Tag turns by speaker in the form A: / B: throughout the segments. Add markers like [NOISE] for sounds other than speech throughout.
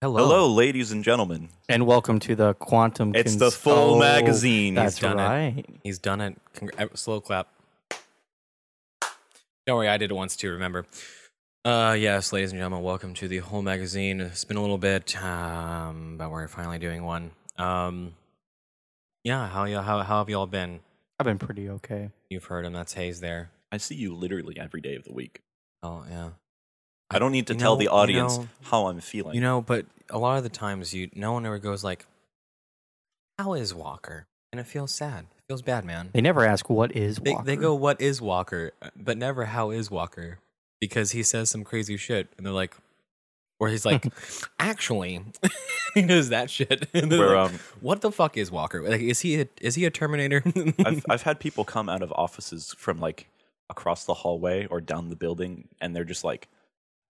A: Hello.
B: Hello, ladies and gentlemen.
A: And welcome to the Quantum
B: It's
A: Cons-
B: the full
A: Oh,
B: magazine.
A: That's
C: done it.
A: right.
C: He's done it. Congr- uh, slow clap. Don't worry, I did it once too, remember. Uh, yes, ladies and gentlemen, welcome to the whole magazine. It's been a little bit, um, but we're finally doing one. Um, yeah, how, y'all- how, how have y'all been?
A: I've been pretty okay.
C: You've heard him. That's Hayes there.
B: I see you literally every day of the week.
C: Oh, yeah.
B: I don't need to
C: You
B: tell
C: know-
B: the
C: you
B: audience
C: know-
B: how I'm feeling.
C: You know, but a lot of the times, you no one ever goes like, "How is Walker?" And it feels sad. It feels bad, man.
A: They never ask what is
C: They,
A: Walker.
C: they go, "What is Walker?" Uh, But never, "How is Walker?" Because he says some crazy shit, and they're like, or he's
B: [LAUGHS]
C: like, "Actually," [LAUGHS] he knows that shit. [LAUGHS] And they're
B: where
C: like,
B: um,
C: what the fuck is Walker? Like, is he a, is he a Terminator? [LAUGHS]
B: I've I've had people come out of offices from like across the hallway or down the building, and they're just like,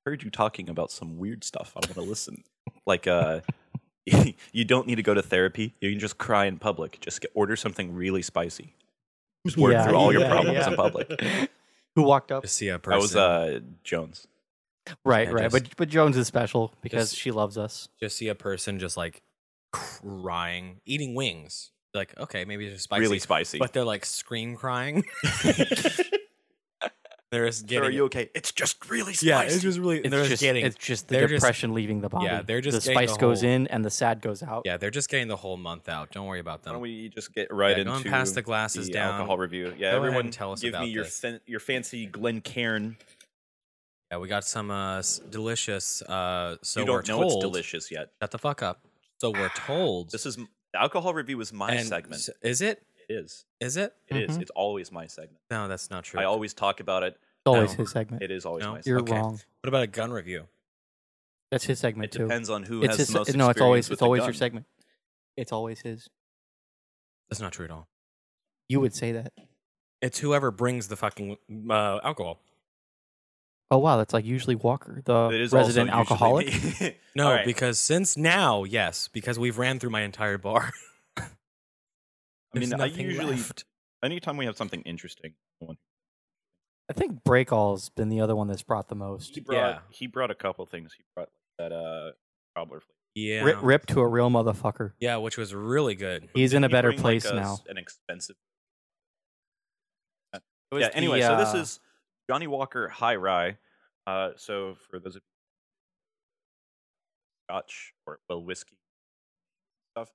B: "Heard you talking about some weird stuff. I'm gonna listen." Like, uh, [LAUGHS] you don't need to go to therapy. You can just cry in public. Just get, order something really spicy. Just work
A: Yeah,
B: through all your
A: yeah,
B: problems
A: yeah.
B: in public.
A: [LAUGHS] Who walked up?
C: to see a
B: I
C: person.
B: was uh, Jones.
A: right,
C: I
A: right.
C: just-
A: but but Jones is special because
C: Just-
A: she loves us.
C: just see a person just like crying, eating wings. Like, okay, maybe it's just spicy.
B: Really spicy.
C: but they're like scream crying. [LAUGHS]
B: [LAUGHS]
C: they're just
B: Sir,
C: getting.
B: are you okay? It's just really
C: [LAUGHS]
B: spicy.
C: yeah, it's just really.
A: It's
C: they're just,
A: just
C: getting.
A: it's just the
C: they're just-
A: depression leaving the body.
C: yeah, they're just
A: the
C: getting the
A: spice goes
C: whole-
A: in and the sad goes out.
C: yeah, they're just getting the whole month out. Don't worry about
B: Why
C: them.
B: don't we just get right
C: yeah,
B: into
C: going past the glasses
B: the
C: down.
B: alcohol review? Yeah,
C: Go ahead
B: everyone,
C: and tell us
B: give
C: about
B: me your
C: this.
B: fan- your fancy Glencairn.
C: Yeah, we got some uh, s- delicious. Uh, so
B: you
C: we're
B: don't know
C: told.
B: it's delicious yet.
C: Shut the fuck up. So we're
B: [SIGHS]
C: told.
B: This is the alcohol review is my
C: and
B: segment.
C: s- Mm-hmm. Is it?
B: It is.
C: Is it?
B: It is.
A: Mhm.
B: It's always my segment.
C: No, that's not true.
B: I always talk about it.
A: it's always
C: no.
A: his segment.
B: It is always
C: No.
B: my
A: You're
B: segment.
C: Okay.
A: wrong.
C: What about a gun review?
A: That's his
B: It
A: segment too.
B: depends on who
A: It's
B: has
A: his.
B: the most
A: no, it's
B: experience
A: always
B: with
A: it's
B: the
A: always
B: gun.
A: your segment. It's always his.
C: That's not true at all.
A: You would say that.
C: It's whoever brings the fucking uh, alcohol.
A: Oh wow, that's like usually Walker, the
B: It is also
A: resident
B: usually [LAUGHS]
A: alcoholic.
B: me.
C: No,
B: All right.
C: because since now, yes, because we've ran through my entire bar. [LAUGHS]
B: I mean,
C: There's
B: I
C: nothing
B: usually
C: left.
B: anytime we have something interesting, someone-
A: I think Breakall's been the other one that's brought the most.
B: he brought
C: Yeah.
B: he brought a couple things. He brought that uh cobbler. flavor.
C: yeah,
A: Rip, rip to a real motherfucker.
C: yeah, which was really good.
A: He's in a
B: He
A: better
B: bring, like,
A: place
B: a
A: now.
B: s- An expensive.
A: It was
B: yeah.
A: the,
B: Anyway, so this
A: uh,
B: is Johnny Walker High Rye. Uh, so for those of Scotch or well whiskey stuff,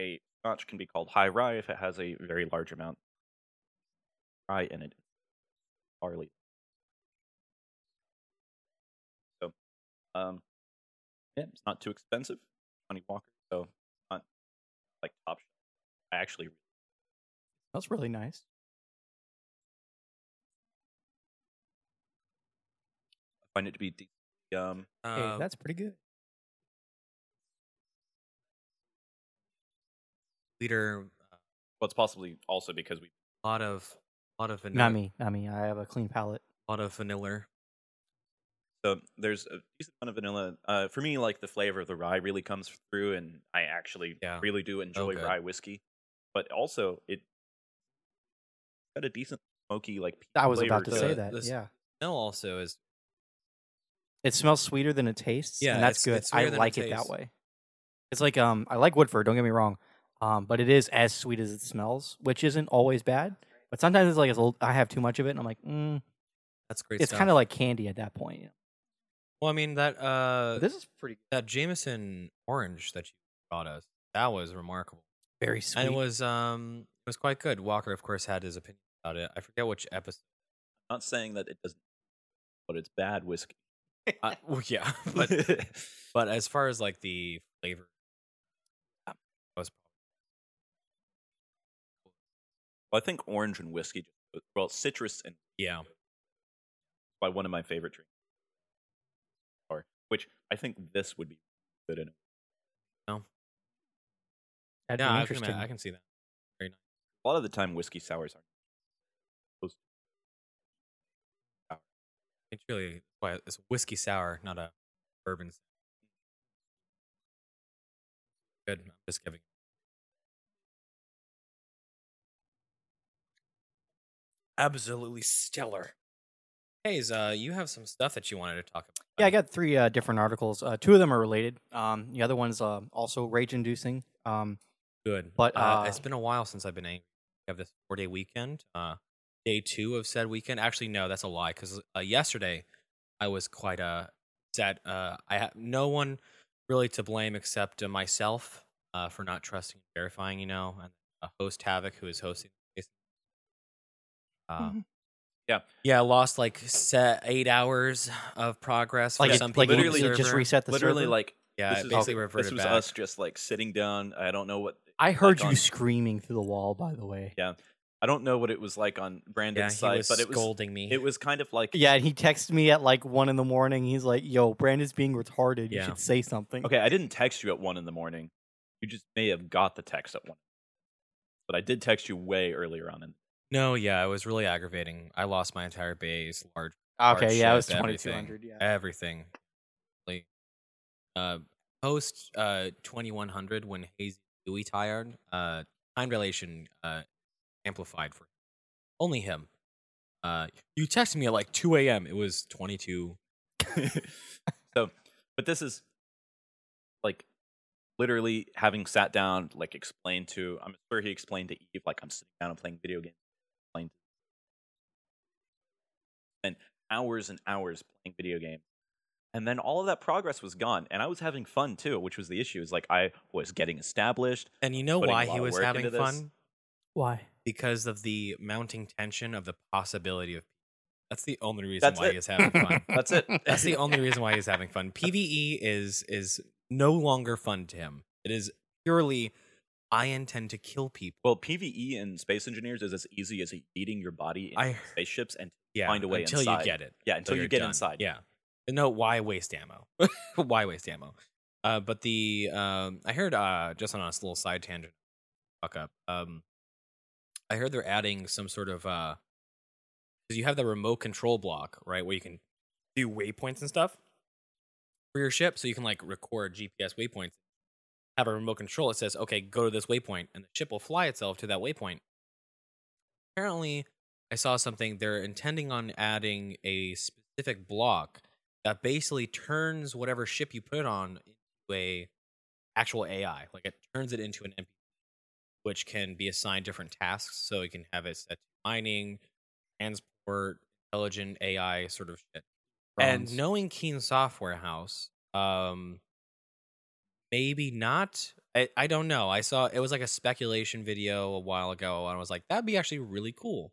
B: a Scotch can be called High Rye if it has a very large amount of rye in it, barley. So, um, yeah, it's not too expensive. Johnny Walker, so not like top. shelf. I actually
A: That's really nice.
B: find it to be decent. Um,
A: Hey,
C: Uh,
A: that's pretty good.
C: leader.
B: Well, it's possibly also because we
C: A lot of, lot of vanilla.
A: Not me. Not me. I have a clean palate.
C: A lot of vanilla.
B: so there's a decent amount of vanilla. Uh, for me, like the flavor of the rye really comes through, and I actually
C: Yeah.
B: really do enjoy
C: good.
B: rye whiskey. But also, it got a decent smoky like. peat
A: I was about to
B: flavor
A: say
C: the-
A: that.
C: this-
A: yeah,
C: No, also is
A: it smells sweeter than it tastes.
C: Yeah,
A: and
C: it's-
A: that's good.
C: it's
A: I
C: sweeter than it
A: like it that
C: tastes.
A: way. It's like um, I like Woodford. Don't get me wrong, um, but it is as sweet as it smells, which isn't always bad. But sometimes it's like it's a, I have too much of it, and I'm like, mm,
C: that's great.
A: it's
C: stuff.
A: kind of like candy at that point. You know?
C: Well, I mean that uh,
A: But this is pretty
C: that Jameson orange that you brought us that was remarkable.
A: very sweet.
C: And it was um it was quite good. Walker, of course, had his opinion about it. I forget which episode.
B: Not saying that it doesn't, but it's bad whiskey.
A: [LAUGHS]
C: uh, well, yeah, [LAUGHS] but but as far as like the flavor, that was
B: Well, I think orange and whiskey, well, citrus and
C: yeah.
B: by one of my favorite drinks, or which I think this would be good in it.
A: That'd
C: yeah,
A: be
C: I can,
A: interesting.
C: ima- I can see that.
B: A lot of the time, whiskey sours aren't.
C: It's really why it's whiskey sour, not a bourbon. sour. Good. I'm just giving. Absolutely stellar. Hayes, uh, you have some stuff that you wanted to talk about.
A: Yeah, I got three uh, different articles. Uh, two of them are related. Um, the other one's uh, also rage-inducing. Um,
C: good.
A: but,
C: uh,
A: uh,
C: it's been a while since I've been angry. We have this four day weekend. Uh, day two of said weekend. Actually, no, that's a lie because uh, yesterday I was quite uh, sad. Uh, I have no one really to blame except uh, myself uh, for not trusting and verifying, you know, and uh, host Havoc, who is hosting. the case. Uh,
A: Mhm.
B: Yeah.
C: yeah. I lost like set eight hours of progress.
A: like,
C: for
A: it,
C: some
A: like
C: people,
A: literally
C: on the
A: just
C: server.
A: reset the
B: Literally,
A: server?
B: like
C: Yeah,
B: this
C: it
B: is-
C: basically
B: this
C: reverted
B: was
C: back.
B: us just like sitting down. I don't know what
A: I heard
B: like
A: you
B: on-
A: screaming through the wall. By the way,
B: Yeah. I don't know what it was like on
C: yeah,
B: Brandon's
C: he
B: side,
C: was
B: but it was
C: scolding me.
B: it was kind of like
A: yeah. And he texted me at like one in the morning. He's like, "Yo, Brandon's being retarded.
C: Yeah.
A: You should say something."
B: Okay, I didn't text you at one in the morning. You just may have got the text at one, but I did text you way earlier on. In
C: No, yeah, it was really aggravating. I lost my entire base, large,
A: Okay. Yeah, it was
C: Hardship,
A: twenty
C: everything.
A: two hundred. Yeah.
C: everything. Like, uh, post uh twenty one hundred when Hazy Dewey tired, uh, time relation uh amplified for only him. Uh, you texted me at like two a.m. It was twenty two.
B: so, but this is like literally having sat down, like explained to. I'm sure he explained to Eve, like I'm sitting down and playing video games. Explained and hours and hours playing video games, and then all of that progress was gone, and I was having fun too, which was the issue. Is like I was getting established.
C: And you know
B: Putting a
C: why
B: lot
C: he
B: of
C: was
B: work
C: having
B: into this.
C: fun?
A: Why?
C: Because of the mounting tension of the possibility of. That's the only reason
B: That's
C: why
B: it.
C: he is having fun.
B: [LAUGHS] That's it.
C: [LAUGHS] That's the only reason why he's having fun. PVE is is no longer fun to him. It is purely I intend to kill people.
B: Well, PVE in Space Engineers is as easy as eating your body in
C: I
B: spaceships, and
C: yeah,
B: Find a way
C: until you
B: inside.
C: get it.
B: yeah, until,
C: you're
B: you get
C: done.
B: inside.
C: Yeah. Uh, No, why waste ammo? [LAUGHS] why waste ammo? Uh, but the um, I heard uh, just on a little side tangent, fuck up. Um, I heard they're adding some sort of because you have the remote control block right where you can do waypoints and stuff for your ship, so you can like record GPS waypoints. Have a remote control. It says, "Okay, go to this waypoint," and the ship will fly itself to that waypoint. Apparently, I saw something. They're intending on adding a specific block that basically turns whatever ship you put it on into a actual AI. Like it turns it into an NPC, which can be assigned different tasks. So you can have it set to mining, transport, intelligent AI sort of shit.
A: Drones.
C: And knowing Keen Software House, um, maybe not. I, I don't know. I saw it was like a speculation video a while ago, and I was like, that'd be actually really cool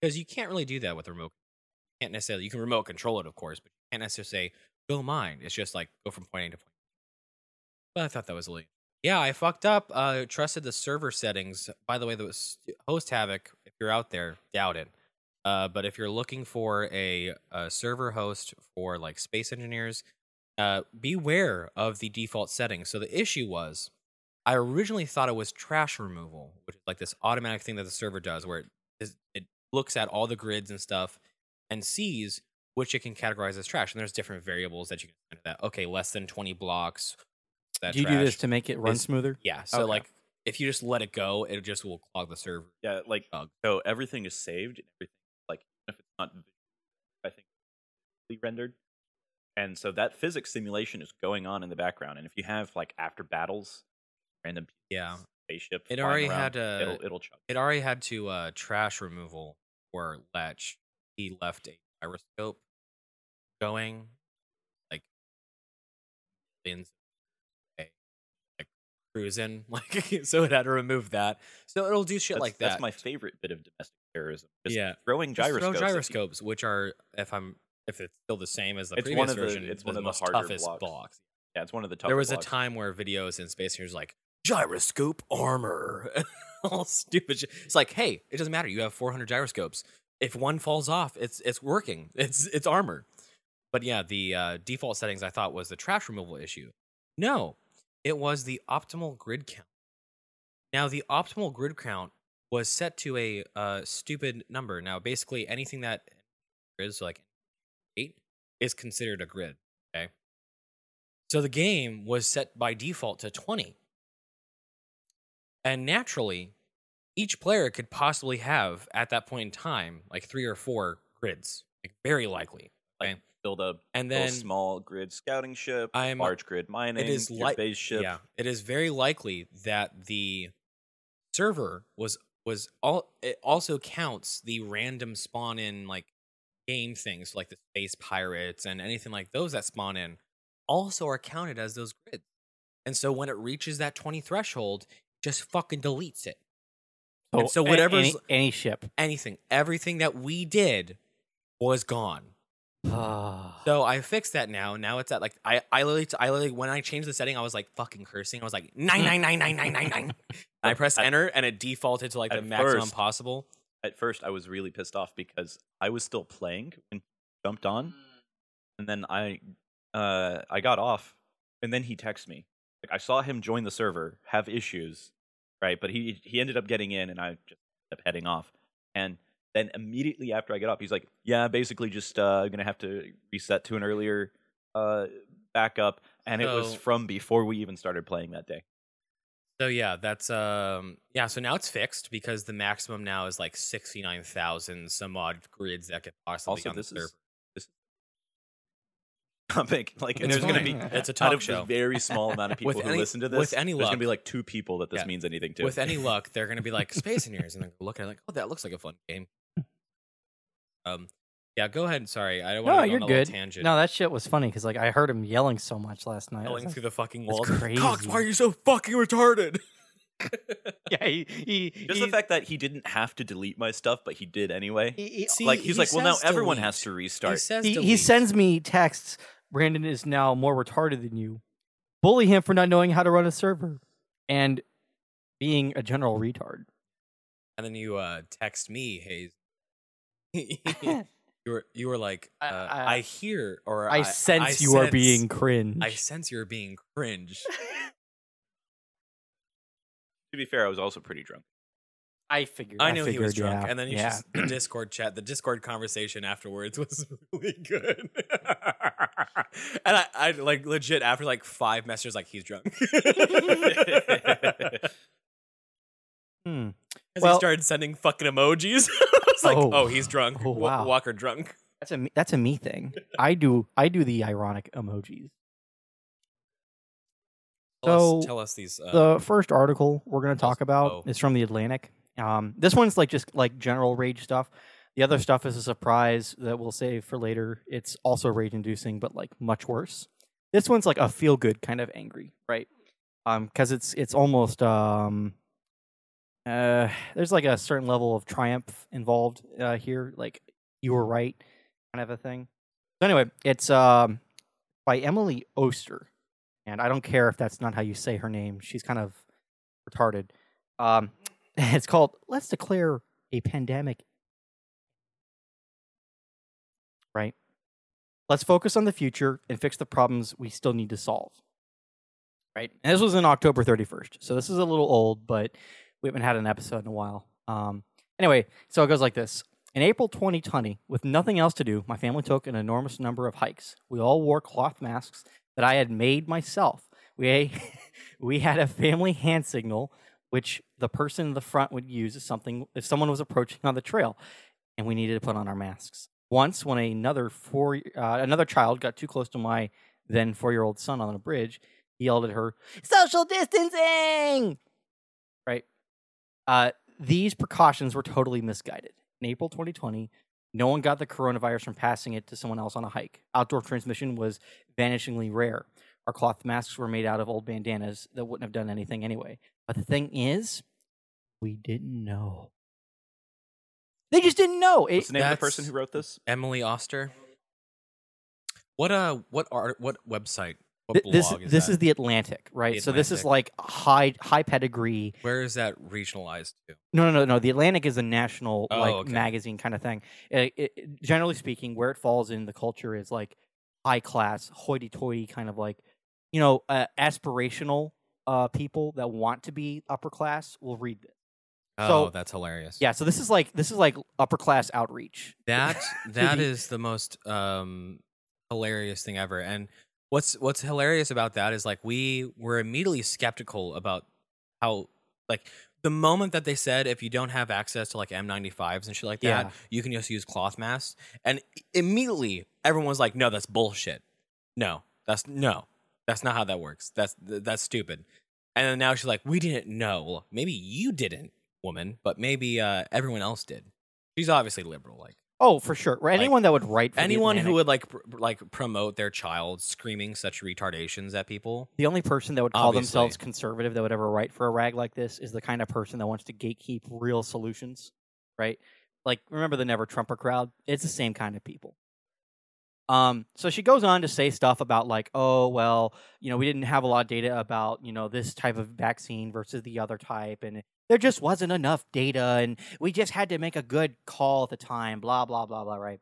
C: because you can't really do that with a remote. You can't necessarily you can remote control it, of course, but you can't necessarily say go mine. It's just like go from point A to point. B. But I thought that was really yeah. I fucked up. Uh, trusted the server settings. By the way, the s- host havoc. If you're out there, doubt it. Uh, but if you're looking for a, a server host for like space engineers, uh, beware of the default settings. So the issue was, I originally thought it was trash removal, which is like this automatic thing that the server does, where it is- it looks at all the grids and stuff and sees which it can categorize as trash. And there's different variables that you can enter that. Okay, less than 20 blocks. That
A: Do you do
C: trash.
A: this to make it run
C: is-
A: smoother?
C: Yeah. So
A: Okay.
C: like, if you just let it go, it just will clog the server.
B: Yeah, like
C: Dog.
B: so everything is saved and everything like if it's not visually, I think visually rendered. And so that physics simulation is going on in the background. And if you have like after battles, random
C: Yeah.
B: spaceship,
C: It
B: flying
C: already
B: around,
C: had, uh,
B: it'll it'll chug.
C: It already had to uh, trash removal for Letch. He left a gyroscope going, like millions of- like cruising, [LAUGHS] like so it had to remove that. So it'll do shit
B: That's,
C: like that.
B: that's my favorite bit of domestic terrorism. Just
C: Yeah.
B: throwing
C: Just
B: gyroscopes. e
C: Throw
B: at you.
C: gyroscopes, which are if I'm if it's still the same as the
B: It's
C: previous
B: one of the-
C: version,
B: it's one of the
C: most
B: harder
C: toughest
B: blocks.
C: blocks.
B: Yeah, it's one of the top.
C: There was a time where videos in space here's like gyroscope armor, [LAUGHS] all stupid. Shit. It's like, hey, it doesn't matter. You have 400 gyroscopes. If one falls off, it's [LAUGHS] it's working. It's it's armor. But yeah, the uh, default settings I thought was the trash removal issue. No, it was the optimal grid count. Now, the optimal grid count was set to a uh, stupid number. Now, basically, anything that is like eight is considered a grid. Okay. So the game was set by default to 20. And naturally, each player could possibly have at that point in time like three or four grids, like very likely.
B: Build a
C: And
B: little
C: then
B: small grid scouting ship,
C: I'm-
B: large grid mining,
C: it is
B: your
C: like
B: base ship.
C: Yeah, it is very likely that the server was was all. It also counts the random spawn in like game things like the space pirates and anything like those that spawn in also are counted as those grids. And so when it reaches that twenty threshold, just fucking deletes it.
A: So,
C: And so
A: a-
C: whatever's-
A: any, any [SIGHS] ship.
C: Anything, everything that we did was gone.
A: so
C: So I fixed that now. Now it's at like I I literally I literally when I changed the setting, I was like fucking cursing. I was like nine nine nine nine nine nine nine. I pressed
B: [LAUGHS] At-
C: enter and it defaulted to like the
B: at
C: maximum
B: first-
C: possible.
B: At first, I was really pissed off because I was still playing when he jumped on,
C: Mm.
B: and then I, uh, I got off, and then he texted me. Like I saw him join the server, have issues, right? But he he ended up getting in, and I just ended up heading off. And then immediately after I get off, he's like, "Yeah, basically just uh, gonna have to reset to an earlier uh, backup." And it was
C: So-
B: from before we even started playing that day.
C: So yeah, that's um yeah. So now it's fixed because the maximum now is like sixty nine thousand some odd grids that could possibly be
B: Also,
C: on the
B: this
C: server.
B: is- [LAUGHS] topic. Like,
C: It's
B: [LAUGHS] there's going to
C: fine.
B: be
C: It's a
B: out
C: talk
B: of
C: show.
B: the
C: [LAUGHS]
B: very small amount of people
C: With
B: who
C: any-
B: listen to this.
C: with any
B: there's going
C: luck.
B: to be like two people that this
C: Yeah.
B: means anything to.
C: With any luck, they're gonna be like
B: [LAUGHS]
C: space engineers, and they're gonna look at it like, oh, that looks like a fun game. Um, yeah. Go ahead. Sorry, I don't want
A: no,
C: to go
A: you're
C: on a little
A: good.
C: tangent.
A: No, that shit was funny because like I heard him yelling so much last night. I was
C: yelling
A: like,
C: through the fucking
A: That's
C: walls.
A: crazy.
C: Cox, why are you so fucking retarded?
A: [LAUGHS] yeah, he, he,
B: just
A: he,
B: the fact that he didn't have to delete my stuff, but he did anyway.
A: he, he-
C: See,
B: like
C: he
B: he's like, well, now
C: says
B: everyone
C: delete.
B: has to
C: He
B: restart.
C: says
A: he, he
C: delete.
A: sends me texts. Brandon is now more retarded than you. Bully him for not knowing how to run a server and being a general [LAUGHS] retard.
C: and then you uh, text me, Hayes.
A: [LAUGHS]
C: you were [LAUGHS] you were like, uh,
A: I-
C: I,
A: I-
C: hear or
A: I, sense you are
C: sense-
A: being cringe.
C: I sense you're being
A: [LAUGHS]
C: cringe.
B: to be fair, I was also pretty drunk.
A: I figured.
C: I knew he was
A: figured,
C: drunk,
A: yeah.
C: and then you
A: yeah.
C: just the Discord chat, the Discord conversation afterwards was [LAUGHS] really good. [LAUGHS] and I, I like legit after like five messages, like he's
A: [LAUGHS]
C: drunk. [LAUGHS]
A: Hmm.
C: Because
A: Well-
C: he started sending fucking emojis. [LAUGHS] I was like,
A: Oh.
C: oh, he's drunk.
A: Oh,
C: Wa-
A: wow.
C: Walker drunk.
A: That's a me- that's a me [LAUGHS] thing. I do I do the ironic emojis.
C: Tell, us,
A: So,
C: tell us these. Uh,
A: the first article we're going to
C: tell us-
A: talk about
C: oh.
A: is from the Atlantic. Um, this one's like just like general rage stuff. The other stuff is a surprise that we'll save for later. It's also rage inducing, but like much worse. This one's like a feel good kind of angry, right? Because it's it's almost um, uh, there's like a certain level of triumph involved uh, here, like you were right, kind of a thing. So anyway, it's um, by Emily Oster, and I don't care if that's not how you say her name. She's kind of retarded. Um, [LAUGHS] it's called "Let's Declare a Pandemic." Right. Let's focus on the future and fix the problems we still need to solve. Right. And this was in October 31st, so this is a little old, but we haven't had an episode in a while. Um, anyway, so it goes like this. In April 2020, with nothing else to do, my family took an enormous number of hikes. We all wore cloth masks that I had made myself. We, [LAUGHS] we had a family hand signal, which the person in the front would use if, something, if someone was approaching on the trail, and we needed to put on our masks. Once, when another, four, uh, another child got too close to my then four year old son on a bridge, he yelled at her, Social distancing! Right? Uh, these precautions were totally misguided. In April 2020, no one got the coronavirus from passing it to someone else on a hike. Outdoor transmission was vanishingly rare. Our cloth masks were made out of old bandanas that wouldn't have done anything anyway. But the thing is, we didn't know. They just didn't know. It-
B: What's the name of the person
C: that's-
B: who wrote this?
C: Emily Oster. What uh what art what website? What
A: th-
C: blog
A: this
C: is
A: this
C: that?
A: is the Atlantic, right?
C: The
A: So this is like high high pedigree.
C: where is that regionalized to?
A: No, no, no, no. The Atlantic is a national
C: Oh,
A: like
C: okay.
A: magazine kind of thing. Uh, It, it- it- generally speaking, where it falls in the culture is like high class, hoity-toity kind of like you know, uh, aspirational uh, people that want to be upper class will read this.
C: Oh,
A: So-
C: that's hilarious.
A: Yeah, so this is like this is like upper class outreach.
C: That that
A: the-
C: is the most um hilarious thing ever. And what's what's hilarious about that is like we were immediately skeptical about how like the moment that they said if you don't have access to like M95s and shit like that,
A: Yeah.
C: you can just use cloth masks. And i- immediately everyone was like, "No, that's bullshit. No, that's no, that's not how that works. That's th- that's stupid." And then now she's like, "We didn't know. Well, maybe you didn't, woman, but maybe uh, everyone else did." She's obviously liberal, like
A: Oh, for sure. Right,
C: Like,
A: anyone that would write for
C: anyone
A: the
C: who
A: Atlantic-
C: would like pr- like promote their child screaming such retardations at people.
A: the only person that would call
C: Obviously.
A: themselves conservative that would ever write for a rag like this is the kind of person that wants to gatekeep real solutions, right? Like remember the Never Trumper crowd? It's the same kind of people. Um, so she goes on to say stuff about like, oh well, you know, we didn't have a lot of data about you know this type of vaccine versus the other type, and there just wasn't enough data, and we just had to make a good call at the time. Blah blah blah blah. Right?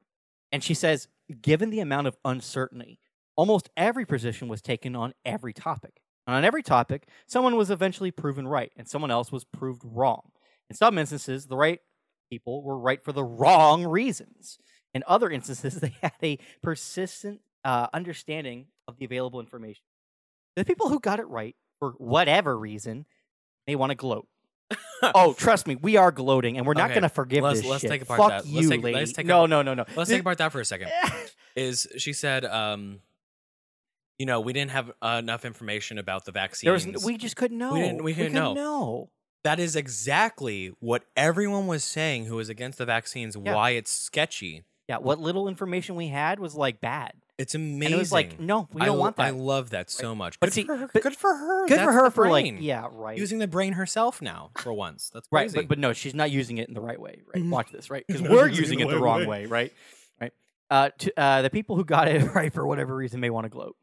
A: And she says, given the amount of uncertainty almost every position was taken on every topic. And on every topic, someone was eventually proven right and someone else was proved wrong. In some instances, the right people were right for the wrong reasons. In other instances, [LAUGHS] they had a persistent uh, understanding of the available information. The people who got it right, for whatever reason, may want
C: [LAUGHS]
A: to gloat. oh, trust me, we are gloating, and we're not
C: Okay,
A: going to forgive
C: let's-
A: this
C: let's
A: shit.
C: take apart
A: Fuck
C: that. Let's
A: you,
C: take-
A: lady.
C: let's take
A: no,
C: apart-
A: no, no, no. [LAUGHS]
C: Let's think about that for a second.
A: about.
C: Is she said, um, you know, we didn't have uh, enough information about the vaccines.
A: There was, n- we just couldn't know.
C: We didn't- we couldn't know. that is exactly what everyone was saying who was against the vaccines.
A: Yeah.
C: Why it's sketchy.
A: Yeah, what little information we had was like bad.
C: It's amazing.
A: And it was like, no, we
C: I
A: don't
C: l-
A: want that.
C: I love that so much.
A: But
C: good
A: see,
C: for her.
A: but-
C: good for her.
A: Good
C: That's
A: for her
C: the
A: for like,
C: brain.
A: yeah, right.
C: using the brain herself now for once. That's
A: right,
C: crazy.
A: but, but no, she's not using it in the right way, right?
C: Mhm.
A: Watch this, right? [LAUGHS] Because
C: No,
A: we're
C: she's
A: Mm-hmm. using it the wrong way, right? Right. Uh, to, uh, the people who got it [LAUGHS] right for whatever reason may want to gloat.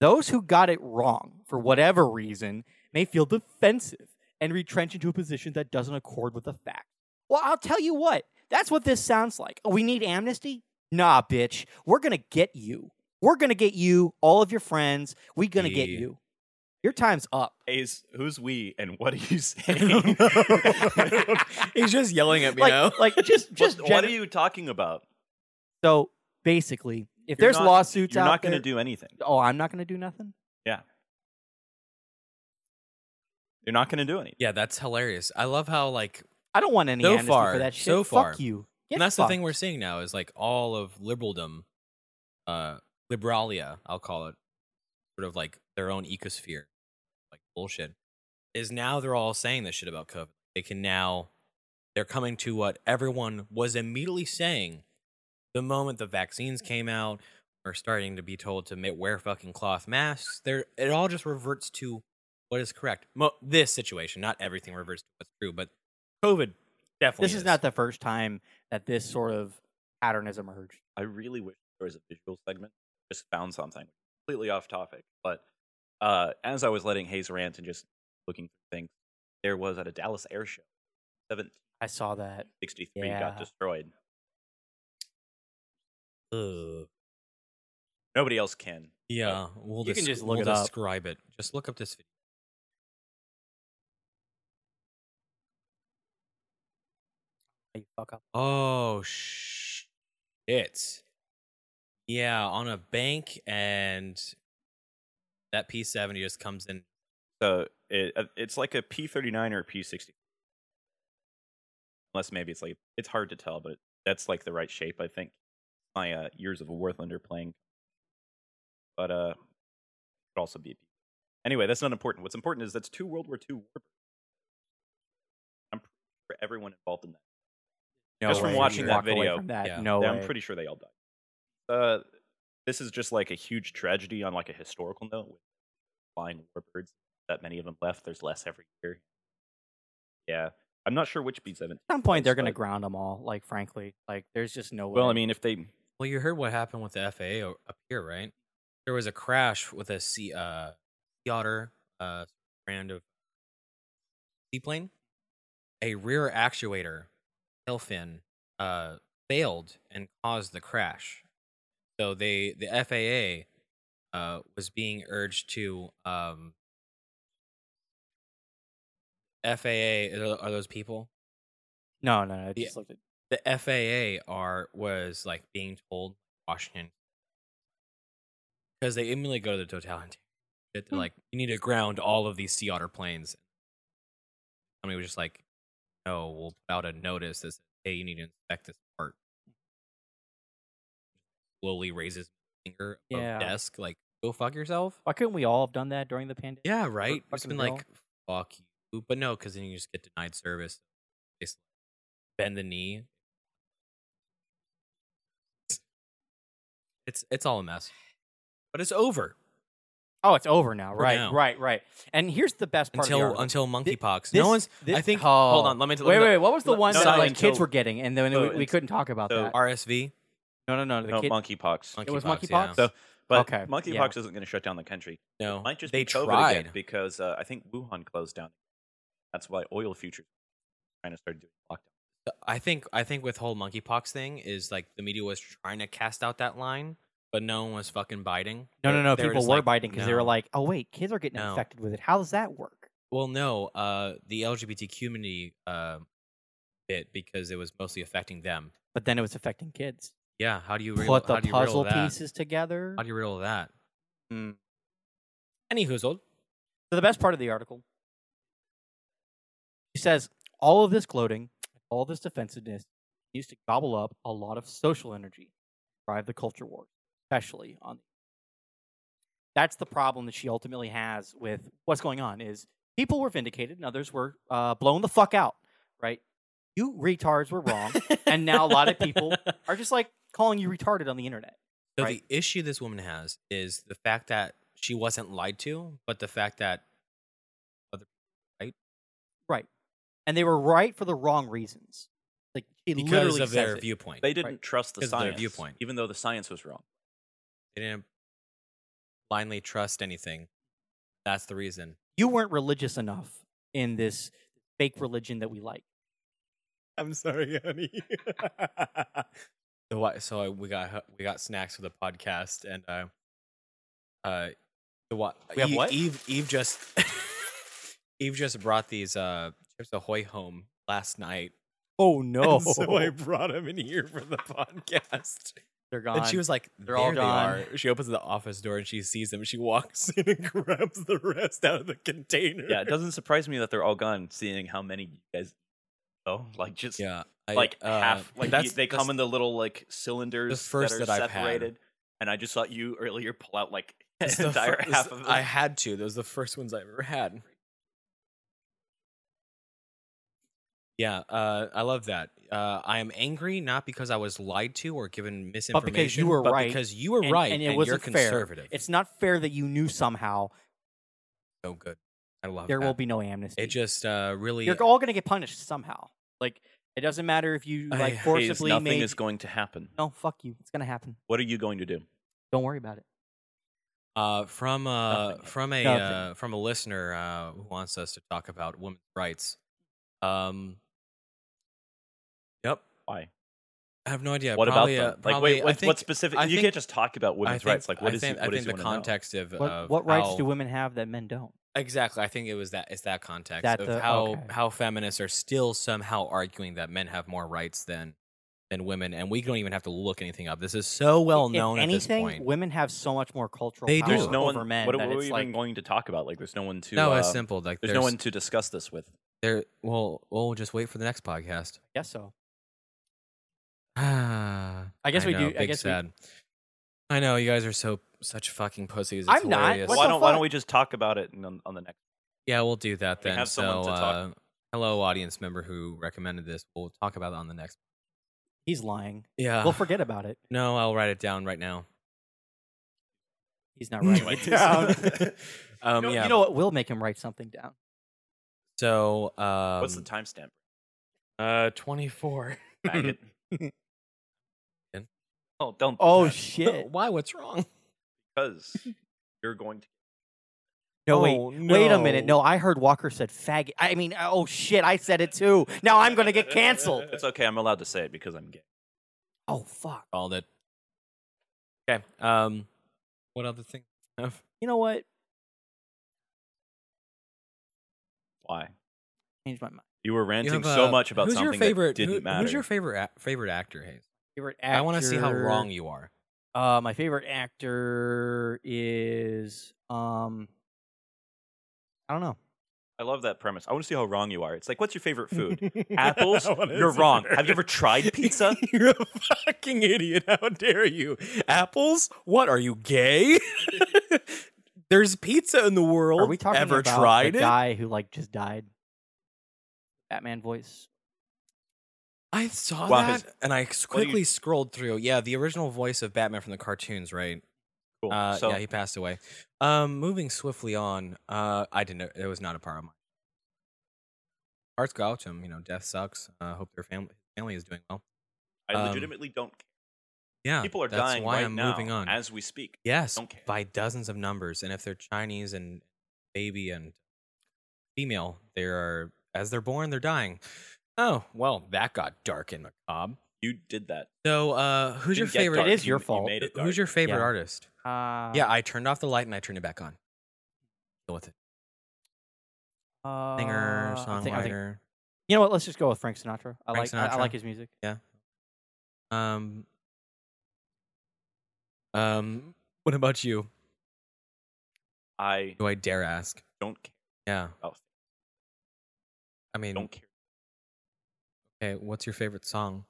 A: Those who got it wrong for whatever reason may feel defensive and retrench into a position that doesn't accord with the fact. Well, I'll tell you what. That's what this sounds like. Oh, we need amnesty? Nah, bitch. We're going to get you. We're going to get you, all of your friends. we going to get
C: Yeah.
A: you. Your time's [LAUGHS] up.
B: Is who's we and what are [LAUGHS]
C: I
B: you saying?
C: don't
B: [LAUGHS]
C: know. He's just yelling at me
A: like,
C: now. [LAUGHS]
A: like just just
B: what,
A: gen-
B: what are you talking about?
A: So basically, if
B: You're
A: there's
B: not-
A: lawsuits
B: You're
A: out
B: not going to
A: there,
B: do anything.
A: Oh, I'm not going to do nothing.
B: You're not going to do anything.
C: Yeah, that's hilarious. I love how like
A: I don't want any
C: So
A: amnesty
C: far,
A: for that shit.
C: so far.
A: Fuck you. Get
C: and that's the thing
A: fucked.
C: we're seeing now is like all of liberaldom, uh, liberalia, I'll call it, sort of like their own ecosphere, like bullshit, is now they're all saying this shit about COVID. They can now, they're coming to what everyone was immediately saying the moment the vaccines came out. We're starting to be told to ma- wear fucking cloth masks. There, it all just reverts to what is correct. Mo- this situation, not everything reverts to what's true, but COVID definitely.
A: This is not the first time that this sort of pattern has emerged.
B: I really wish there was a visual segment. Just found something completely off topic, but uh, as I was letting Hayes rant and just looking through things, there was at a Dallas air show, 1763
A: I saw that. Yeah.
B: got destroyed.
C: Ugh.
B: Nobody else can.
C: Yeah, we'll
A: You can
C: desc-
A: just look
C: we'll
A: it up.
C: describe it. Just look up this video.
A: You fuck up.
C: Oh sh- shit! Yeah, on a bank, and that P seventy just comes in.
B: So it, uh, it's like a P thirty nine or a P sixty. Unless maybe it's like it's hard to tell, but that's like the right shape, I think. My uh, years of a Warthlander playing, but uh, could also be. A P. Anyway, that's not important. What's important is that's two World War II. War. I'm pretty sure everyone involved in that.
A: No
B: Just from
A: way.
B: watching
A: You
B: that
A: walk away
B: video.
A: from that.
C: Yeah.
A: No
B: I'm
A: way.
B: pretty sure they all died. Uh, this is just like a huge tragedy on like a historical note with flying warbirds. That many of them left. There's less every year. Yeah, I'm not sure which B7.
A: At some point, they're going to
B: But-
A: ground them all. Like, frankly, like there's just no way.
B: Well, I mean, if they
C: Well, you heard what happened with the FAA o- up here, right? There was a crash with a sea, uh, sea otter uh, brand of seaplane. A rear actuator tail fin uh, failed and caused the crash. So they, the FAA, uh, was being urged to um, FAA. Are tho- are those people?
A: No, no, no. I
C: Yeah.
A: just looked at
C: The FAA are was like being told Washington because they immediately go to the [LAUGHS] totality. They're like, you need to ground all of these sea otter planes. Somebody was just like, no, we'll put out a notice that says, hey, you need to inspect this part. Slowly raises finger above
A: Yeah.
C: desk, like, go fuck yourself.
A: Why couldn't we all have done that during the pandemic?
C: Yeah, right. It's
A: fucking
C: been
A: bill.
C: like fuck you, but no, because then you just get denied service. Just bend the knee. It's it's all a mess, but it's over
A: Oh, it's over now.
C: For
A: Right,
C: now.
A: right, right. And here's the best part. of the
C: until
A: article.
C: until monkeypox.
A: This-
C: no one's. I
A: this-
C: think.
A: oh.
C: hold on. Let me. Let
A: Wait,
C: me-
A: wait, wait. What was the
B: No,
A: one
B: no,
A: that
C: no,
A: like
B: until-
A: kids were getting, and then
B: so
A: we, we
B: it's-
A: couldn't talk about
B: so
A: that?
C: RSV.
A: No, no, no. The
B: no,
A: kid,
B: monkeypox.
A: it was
C: Monkeypox,
A: monkeypox.
C: yeah.
B: So, but
A: Okay,
B: monkeypox
A: yeah.
B: isn't going to shut down the country.
C: No,
B: Might just
C: they
B: be COVID
C: tried.
B: again because uh, I think Wuhan closed down. That's why oil futures are trying to start doing lockdown.
C: I think I think with whole monkeypox thing is like the media was trying to cast out that line, but no one was fucking biting.
A: no, no, no.
C: They were
A: People
C: just
A: were
C: like,
A: biting because they were
C: "No."
A: like, "Oh wait, kids are getting
C: No.
A: infected with it. How does that work?"
C: Well, no, uh, the LGBT community uh, bit because it was mostly affecting them.
A: But then it was affecting kids.
C: Yeah, how do you riddle,
A: Put the
C: how do you riddle
A: puzzle
C: that?
A: pieces together.
C: How do you riddle that?
A: Mm.
C: Any hoozled?
A: So the best part of the article, he says, all of this gloating, all this defensiveness, used to gobble up a lot of social energy, drive the culture war, especially on. That's the problem that she ultimately has with what's going on. Is people were vindicated and others were uh, blown the fuck out, right? You retards
C: [LAUGHS]
A: were wrong, and now a lot of people are just like calling you retarded on the internet.
C: So
A: right.
C: the issue this woman has is the fact that she wasn't lied to, but the fact that
A: and they were right for the wrong reasons. Like she
C: because
A: literally
C: of
A: says
C: their
A: it.
C: viewpoint,
B: They didn't
A: Right.
B: trust the
C: 'Cause of their
B: science,
C: viewpoint.
B: even though the science was wrong.
C: they didn't blindly trust anything. That's the reason.
A: You weren't religious enough in this fake religion that we like.
C: I'm sorry, honey. so I, so I, we got uh, we got snacks for the podcast, and uh, uh, the what?
A: We have
C: Eve,
A: what?
C: Eve, Eve just [LAUGHS] Eve just brought these uh chips ahoy home last night. [LAUGHS]
A: [LAUGHS] Oh no,
C: And so I brought them in here for the podcast,
A: they're gone.
C: and she was like,
A: They're
C: "There
A: all
C: they
A: gone."
C: are." She opens the office door and she sees them. She walks in [LAUGHS] and grabs the rest out of the container.
B: Yeah, it doesn't surprise me that they're all gone, seeing how many you guys. Oh, like just
C: yeah. I,
B: like
C: uh,
B: half. Like
C: that's-
B: you- they
C: that's-
B: come in the little like cylinders
C: first
B: that are
C: that I've had.
B: separated. And I just saw you earlier pull out like [LAUGHS]
A: [LAUGHS]
C: It's the
B: entire
C: fir- it's-
B: half of them.
C: I had to. Those are the first ones I ever had. Yeah, uh, I love that. Uh, I am angry not because I was lied to or given misinformation,
A: because you were
C: but
A: right,
C: Because you were
A: and-
C: right,
A: and
C: and,
A: it
C: you're
A: wasn't fair.
C: conservative.
A: it's not fair that you knew somehow
C: so good. I love.
A: there
C: that.
A: will be no amnesty.
C: It just uh, really.
A: you're all going to get punished somehow. Like it doesn't matter if you
C: I
A: like
C: hate
B: Hayes,
A: forcibly
B: nothing
A: made.
B: is going to happen.
A: no, fuck you. It's going to happen.
B: What are you going to do?
A: Don't worry about it.
C: Uh, from uh,
B: Nothing.
C: from a
A: Nothing.
C: uh, from a listener uh, who wants us to talk about women's rights. Um. Yep,
B: Why?
C: I have no idea.
B: what
C: probably,
B: about
C: uh,
B: them? like,
C: probably-
B: wait,
C: I
B: what,
C: think-
B: what specific?
C: I
B: you
C: think-
B: can't just talk about women's
C: I think-
B: rights. Like, what
C: I
B: is
C: think,
B: it? What
C: I
B: is
C: think the context of,
A: What,
C: of
A: what rights
C: how-
A: do women have that men don't?
C: exactly? I think it was that it's that context
A: That
C: of
A: the-
C: how
A: okay.
C: how feminists are still somehow arguing that men have more rights than than women, and we don't even have to look anything up. This is so well
A: If
C: known
A: anything,
C: at this point.
A: women have so much more cultural
C: They do.
A: power
B: There's no
A: over
B: one.
A: men
B: what
A: that
B: are we
A: it's
B: even
A: like,
B: going to talk about? Like, there's no one to.
C: no,
B: uh,
C: it's simple. Like
B: There's no one to discuss this with.
C: There. Well, well, we'll just wait for the next podcast. [SIGHS]
A: yes, so.
C: I
A: guess we
C: know,
A: do- I
C: Big
A: guess we-
C: sad. I know you guys are so such fucking pussies. It's
A: I'm not.
C: hilarious.
A: What
B: why
A: the
B: don't Why
A: fuck?
B: don't we just talk about it and on, on the next?
C: Yeah, we'll do that
B: We
C: then.
B: have someone
C: so,
B: to
C: uh,
B: talk-
C: hello, audience member who recommended this. We'll talk about it on the next.
A: He's
C: [SIGHS]
A: lying.
C: Yeah.
A: we'll forget about it.
C: No, I'll write it down right
B: [LAUGHS]
C: now.
A: He's not
C: [LAUGHS]
A: writing [LAUGHS] it down.
C: um,
A: you, know,
C: yeah.
A: you know what? We'll make him write something down.
C: so, um,
B: What's the timestamp?
C: Uh,
B: [LAUGHS]
C: twenty-four.
B: Maggot? oh, don't. do
A: [LAUGHS] Oh
B: that,
A: shit!
C: [LAUGHS] Why? What's wrong?
B: because you're going to.
A: No, wait,
C: Oh,
A: wait a minute.
C: no.
A: No, I heard Walker said faggot. I mean, oh shit! I said it too. Now I'm gonna
B: [LAUGHS]
A: get
C: [LAUGHS]
A: canceled.
B: It's okay. I'm allowed to say it because I'm gay.
A: Oh fuck!
C: Called it. Okay. Um, what other thing? have.
A: You know what?
B: Why?
A: Changed my mind.
B: You were
C: You
B: [LAUGHS] ranting
C: have,
B: so
C: uh,
B: much about
C: who's
B: something
C: your favorite,
B: that didn't
C: who-
B: matter.
C: Who's your favorite ac- favorite actor, Hayes?
A: Favorite actor.
C: I want to see how wrong you are.
A: Uh, my favorite actor is um, I don't know.
B: I love that premise. I want to see how wrong you are. It's like, what's your
C: [LAUGHS]
B: favorite food?
C: Apples?
B: Apples? You're wrong. Have you
C: [LAUGHS]
B: ever tried pizza?
C: You're a fucking idiot. How dare you? Apples? What are you gay? [LAUGHS] There's pizza in the world.
A: Are we talking
C: Ever
A: about
C: tried
A: the
C: it?
A: guy who like just died? Batman voice.
C: I saw
B: Wow,
C: that and I s-
B: what do you-
C: quickly scrolled through. Yeah, the original voice of Batman from the cartoons, right?
B: Cool.
C: Uh,
B: so
C: yeah, he passed away. Um, moving swiftly on, uh, I didn't know it was not a part of mine. Hearts go out to him. You know, death sucks. I uh, hope their family family is doing well.
B: I
C: um,
B: legitimately don't care.
C: Yeah,
B: People are
C: that's
B: dying
C: why
B: right
C: I'm
B: now
C: moving on.
B: as we speak.
C: Yes,
B: Don't care.
C: by dozens of numbers, and if they're Chinese and baby and female, they are as they're born, they're dying. Oh well, that got dark and macabre.
B: You did that.
C: So, uh, who's your
B: Didn't get
C: favorite?
B: dark.
A: It is
B: You-
A: your
B: you
A: fault.
B: made it dark.
C: Who's your favorite
A: Yeah.
C: artist?
A: Uh,
C: yeah, I turned off the light and I turned it back on. Go with it.
A: uh,
C: Singer,
A: I think- I think-
C: songwriter.
A: you know what? Let's just go with Frank Sinatra. I
C: Frank
A: like I- I,
C: Sinatra.
A: like his music.
C: Um, um, what about you?
B: I
C: Do I dare ask?
B: don't care.
C: Yeah.
B: Oh.
C: I mean,
B: Don't care.
C: okay. What's your favorite song?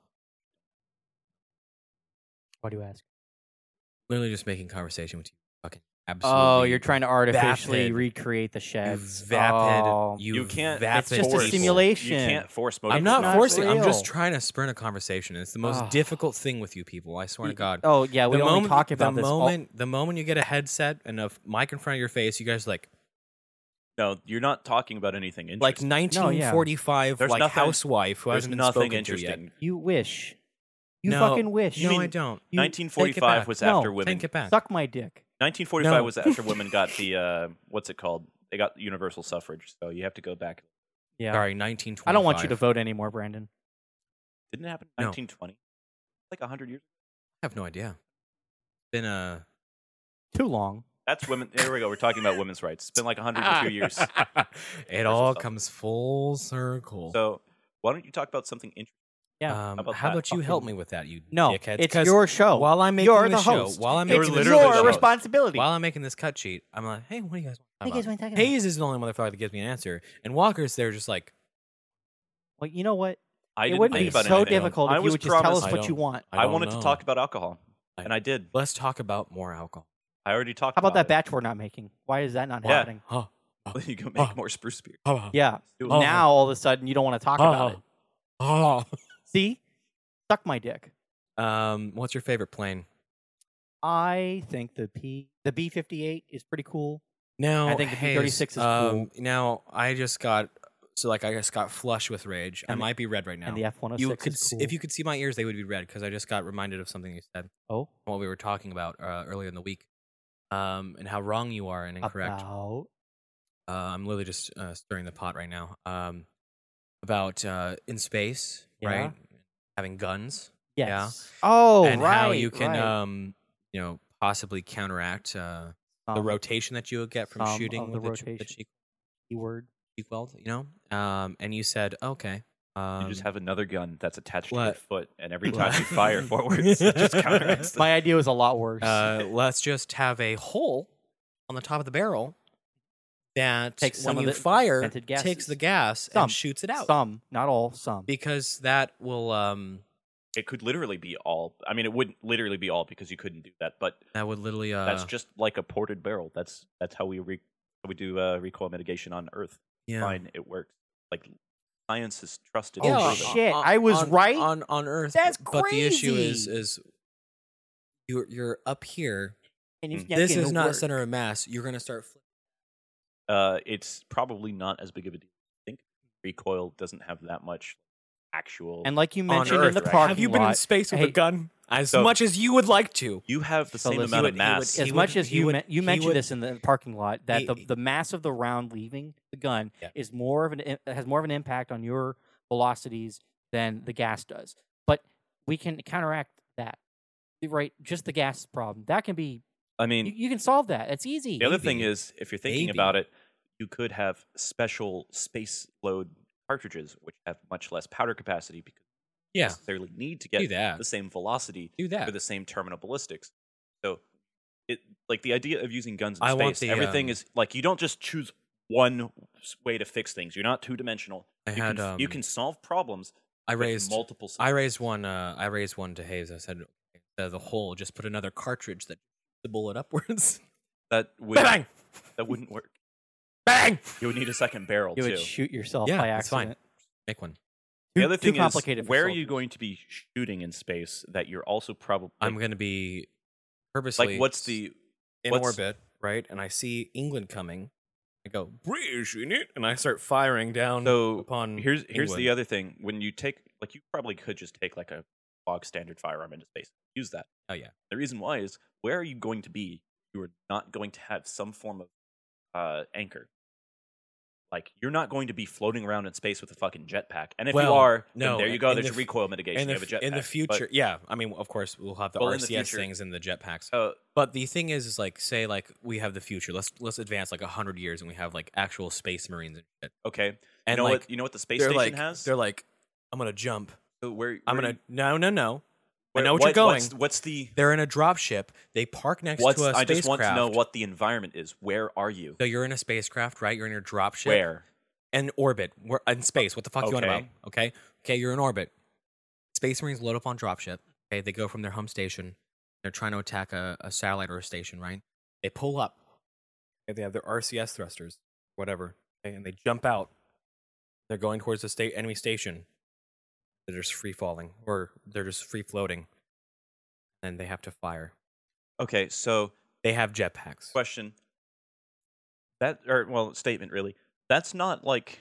A: Why do you ask?
C: Literally just making conversation with you. Fucking absolutely.
A: Oh, you're trying to artificially
C: vapid.
A: recreate the
C: You
A: shed.
C: vapid.
A: Oh.
C: You,
B: You can't-
C: Vapid.
A: It's just a
B: force.
A: simulation.
B: You can't force motion.
C: I'm not
A: not
C: forcing. I'm
A: real.
C: just trying to spurn a conversation. It's the most
A: Ugh.
C: difficult thing with you people. I swear to
A: Ah. Y-
C: God.
A: Oh yeah, we
C: the
A: only
C: moment,
A: talk about
C: the
A: this. all-
C: moment, the moment you get a headset and a f- mic in front of your face, you guys like
B: No, you're not talking about anything interesting.
C: like 1945
B: There's
C: like
B: nothing-
C: housewife who
B: There's
C: hasn't been
B: nothing
C: spoken to
B: interesting.
A: you wish. You
C: No,
A: fucking wish.
C: yet. No, I don't.
A: You-
B: 1945
C: back.
B: was
A: No,
B: after women.
C: Take it back.
A: Suck my dick.
B: 1945
C: No.
B: was after women got the uh, what's it called? They got universal suffrage. So you have to go back.
A: Yeah.
C: Sorry, 1925.
A: I don't want you to vote anymore, Brandon.
B: Didn't it happen in
C: No.
B: 1920? Like 100 years.
C: I have no idea. Been a
A: Too long.
B: That's women. There we go. We're talking about women's rights. It's been like
A: [LAUGHS]
B: 102 years.
C: Ah. [LAUGHS] it all comes full circle.
B: So why don't you talk about something interesting?
A: yeah,
C: um,
B: about
C: how
B: that?
C: about you help
A: Fucking-
C: me with that, you
A: No,
C: dickheads?
A: it's
C: 'Cause
A: your show.
C: while I'm making
A: You're the
C: this show,
A: host.
C: while I'm
B: You're
A: it's
C: making this
B: literally the
A: your
B: host.
C: show,
A: responsibility.
C: while I'm making this cut sheet, I'm like, hey, what do you guys want? to talk about?
A: talking
C: Hayes is the only motherfucker that gives me an answer, and Walker's there just like
A: Well, you know what?
B: I
A: it
B: didn't
A: wouldn't
B: think
A: be
B: about
A: so
B: anything.
A: difficult
B: I
A: if you
B: was
A: would just tell
B: promised-
A: us
C: I
A: what you
C: don't-
A: want.
C: I
B: I
C: don't
B: wanted
C: know.
B: to talk about alcohol,
C: I-
B: and I did.
C: Let's talk about more alcohol.
B: I already talked.
A: How about that
B: it.
A: batch we're not making? Why is that not
B: Yeah.
A: happening?
C: Huh.
B: [LAUGHS] You can
C: Oh.
B: make more spruce beer.
C: Huh.
A: Yeah.
B: Do it.
C: Oh.
A: Now all of a sudden you don't want to talk about it.
C: Huh.
A: See? Suck my dick.
C: Huh. [LAUGHS] Um, what's your favorite plane?
A: I think the P the B fifty eight is pretty cool.
C: Now
A: I think the
C: Hayes,
A: B-36 is
C: um, Now I just got so like I just got flush with rage. I
A: And the-
C: might be red right now.
A: And the F one oh
C: you
A: six
C: could
A: is
C: s-
A: cool.
C: if you could see my ears, they would be red because I just got reminded of something you said
A: oh
C: what we were talking about uh, earlier in the week, um, and how wrong you are and incorrect.
A: about
C: Uh, I'm literally just uh, stirring the pot right now um, about uh, in space,
A: Yeah.
C: right? Having guns.
A: yes. Oh
C: and
A: right.
C: how you can
A: right.
C: um you know possibly counteract uh, the
A: Some
C: rotation that you would get from
A: some
C: shooting
A: of the
C: with the, che- the
A: rotation.
C: cheek,
A: keyword.
C: cheek weld you know um and you said okay um,
B: You just have another gun that's attached to your
C: what?
B: foot, and every
C: What?
B: time you fire
A: [LAUGHS]
B: forwards, it just counteracts.
A: My idea was a lot [LAUGHS] worse.
C: uh, let's just have a hole on the top of the barrel that
A: Takes
C: when
A: some of
C: you
A: the
C: fire
A: vented
C: takes the
A: gases.
C: gas
A: Some.
C: and shoots it out
A: some, not all, some.
C: because that will um
B: it could literally be all. I mean, it wouldn't literally be all because you couldn't do that, but
C: that would literally uh
B: that's just like a ported barrel. That's that's how we re- how we do uh, recoil mitigation on Earth.
C: yeah.
B: Fine, it works. Like science is trusted.
A: Oh,
B: and
A: Yeah.
B: proven.
A: shit. I was
C: uh, on-
A: right?
C: on on Earth.
A: That's
C: But the issue is
A: crazy.
C: is you're you're up here.
A: And it's
C: Hmm. this
A: gonna
C: is not
A: work.
C: center of mass. You're gonna start. Flipping.
B: Uh, it's probably not as big of a deal. as you think recoil doesn't have that much actual.
A: And like you
C: on
A: mentioned in
C: Earth,
A: the
B: right?
A: parking
C: Have you been in
A: lot,
C: space with
A: Hey,
C: a gun as
B: so-
C: much as you would like to?
B: you have the
A: So
B: same
A: listen,
B: amount
C: he
B: of
C: would- he would-
B: mass.
C: he
A: as much
C: would-
A: as
C: he
A: you
C: would-
A: men- you
C: he
A: mentioned
C: would-
A: this in the parking lot that the,
C: he-
A: the mass of the round leaving the gun
C: Yeah.
A: is more of an im- has more of an impact on your velocities than the gas does. But we can counteract that. You're Right, just the gas problem. That can be
B: I mean,
A: You, you can solve that. It's easy.
B: the other
C: maybe.
B: thing is, if you're thinking
C: Maybe.
B: about it, you could have special space load cartridges, which have much less powder capacity because you
C: Yeah,
B: necessarily need to
C: do
B: get
C: that.
B: the same velocity
C: Do that.
B: for the same terminal ballistics. So, it like the idea of using guns in
C: I
B: space.
C: want the,
B: everything
C: um,
B: is like you don't just choose one s- way to fix things. You're not two dimensional.
C: I
B: you,
C: had,
B: can, f- you
C: um,
B: can solve problems.
C: I
B: with
C: raised
B: multiple.
C: I
B: solutions.
C: raised one. Uh, I raised one to Hayes. I said the, the hole. Just put another cartridge that the bullet upwards. [LAUGHS]
B: that would
C: bang,
B: that wouldn't work.
C: [LAUGHS] bang.
B: You would need a second barrel
A: You
B: too.
A: would shoot yourself
C: Yeah,
A: by
C: it's fine.
A: accident.
C: Make one.
B: the
A: Too-
B: other
A: too
B: thing
A: complicated
B: is,
A: for
B: where are you
A: soldiers.
B: going to be shooting in space that you're also probably
C: I'm gonna be purposely
B: like? What's the
C: in
B: what's-
C: orbit, right? And I see England coming. I go British in it, and I start firing down
B: so?
C: upon.
B: Here's here's the
C: England.
B: other thing. When you take like you probably could just take like a bog standard firearm into space. Use that.
C: Oh, yeah.
B: The reason why is where are you going to be? You are not going to have some form of uh, anchor. Like you're not going to be floating around in space with a fucking jetpack. And if
C: Well,
B: you are,
C: no,
B: then there you
C: in
B: go.
C: the
B: There's
C: f-
B: recoil mitigation.
C: in the,
B: you have a
C: f-
B: jetpack.
C: in the
B: But,
C: future, yeah. I mean, of course, we'll have the
B: Well, in the
C: RCS
B: future-
C: things and the jetpacks.
B: uh,
C: But the thing is, is like, say, like we have the future. Let's let's advance like hundred years, and we have like actual space marines and shit.
B: okay.
C: And
B: you know
C: like,
B: what? You know what the space
C: they're
B: station
C: like,
B: has?
C: they're like, I'm gonna jump.
B: So where,
C: I'm
B: where
C: gonna
B: you-
C: no no no. I
B: where-
C: know what you're going.
B: What's, what's the?
C: They're in a dropship. They park next
B: What's,
C: to a
B: I
C: spacecraft.
B: just want to know what the environment is. Where are you?
C: So you're in a spacecraft, right? You're in your dropship.
B: Where?
C: In orbit. We're in space. What the fuck you on
B: Okay.
C: about? Okay. Okay. You're in orbit. Space Marines load up on dropship. Okay. They go from their home station. They're trying to attack a, a satellite or a station, right? They pull up. Okay, they have their RCS thrusters, whatever. Okay, and they jump out. They're going towards the state enemy station. They're just free falling, or they're just free floating. And they have to fire.
B: Okay, so
C: They have jetpacks.
B: question. That or well, statement really. That's not like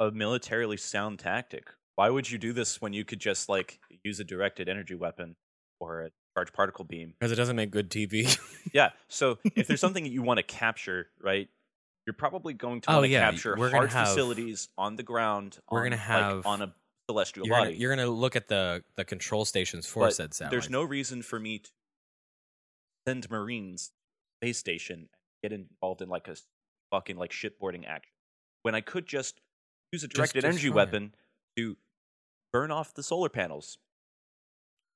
B: a militarily sound tactic. Why would you do this when you could just like use a directed energy weapon or a charged particle beam?
C: Because it doesn't make good TV.
B: Yeah. So if there's something that you want to capture, right? You're probably going to
C: Oh,
B: want to
C: yeah,
B: capture
C: we're gonna
B: hard
C: have-
B: facilities on the ground.
C: we're
B: on,
C: gonna
B: like,
C: have-
B: on a celestial
C: you're
B: body.
C: gonna, you're gonna look at the the control stations for
B: But
C: said satellite.
B: There's no reason for me to send Marines to space station and get involved in like a fucking like shipboarding action when I could just use a directed energy
C: destroy it.
B: weapon to burn off the solar panels.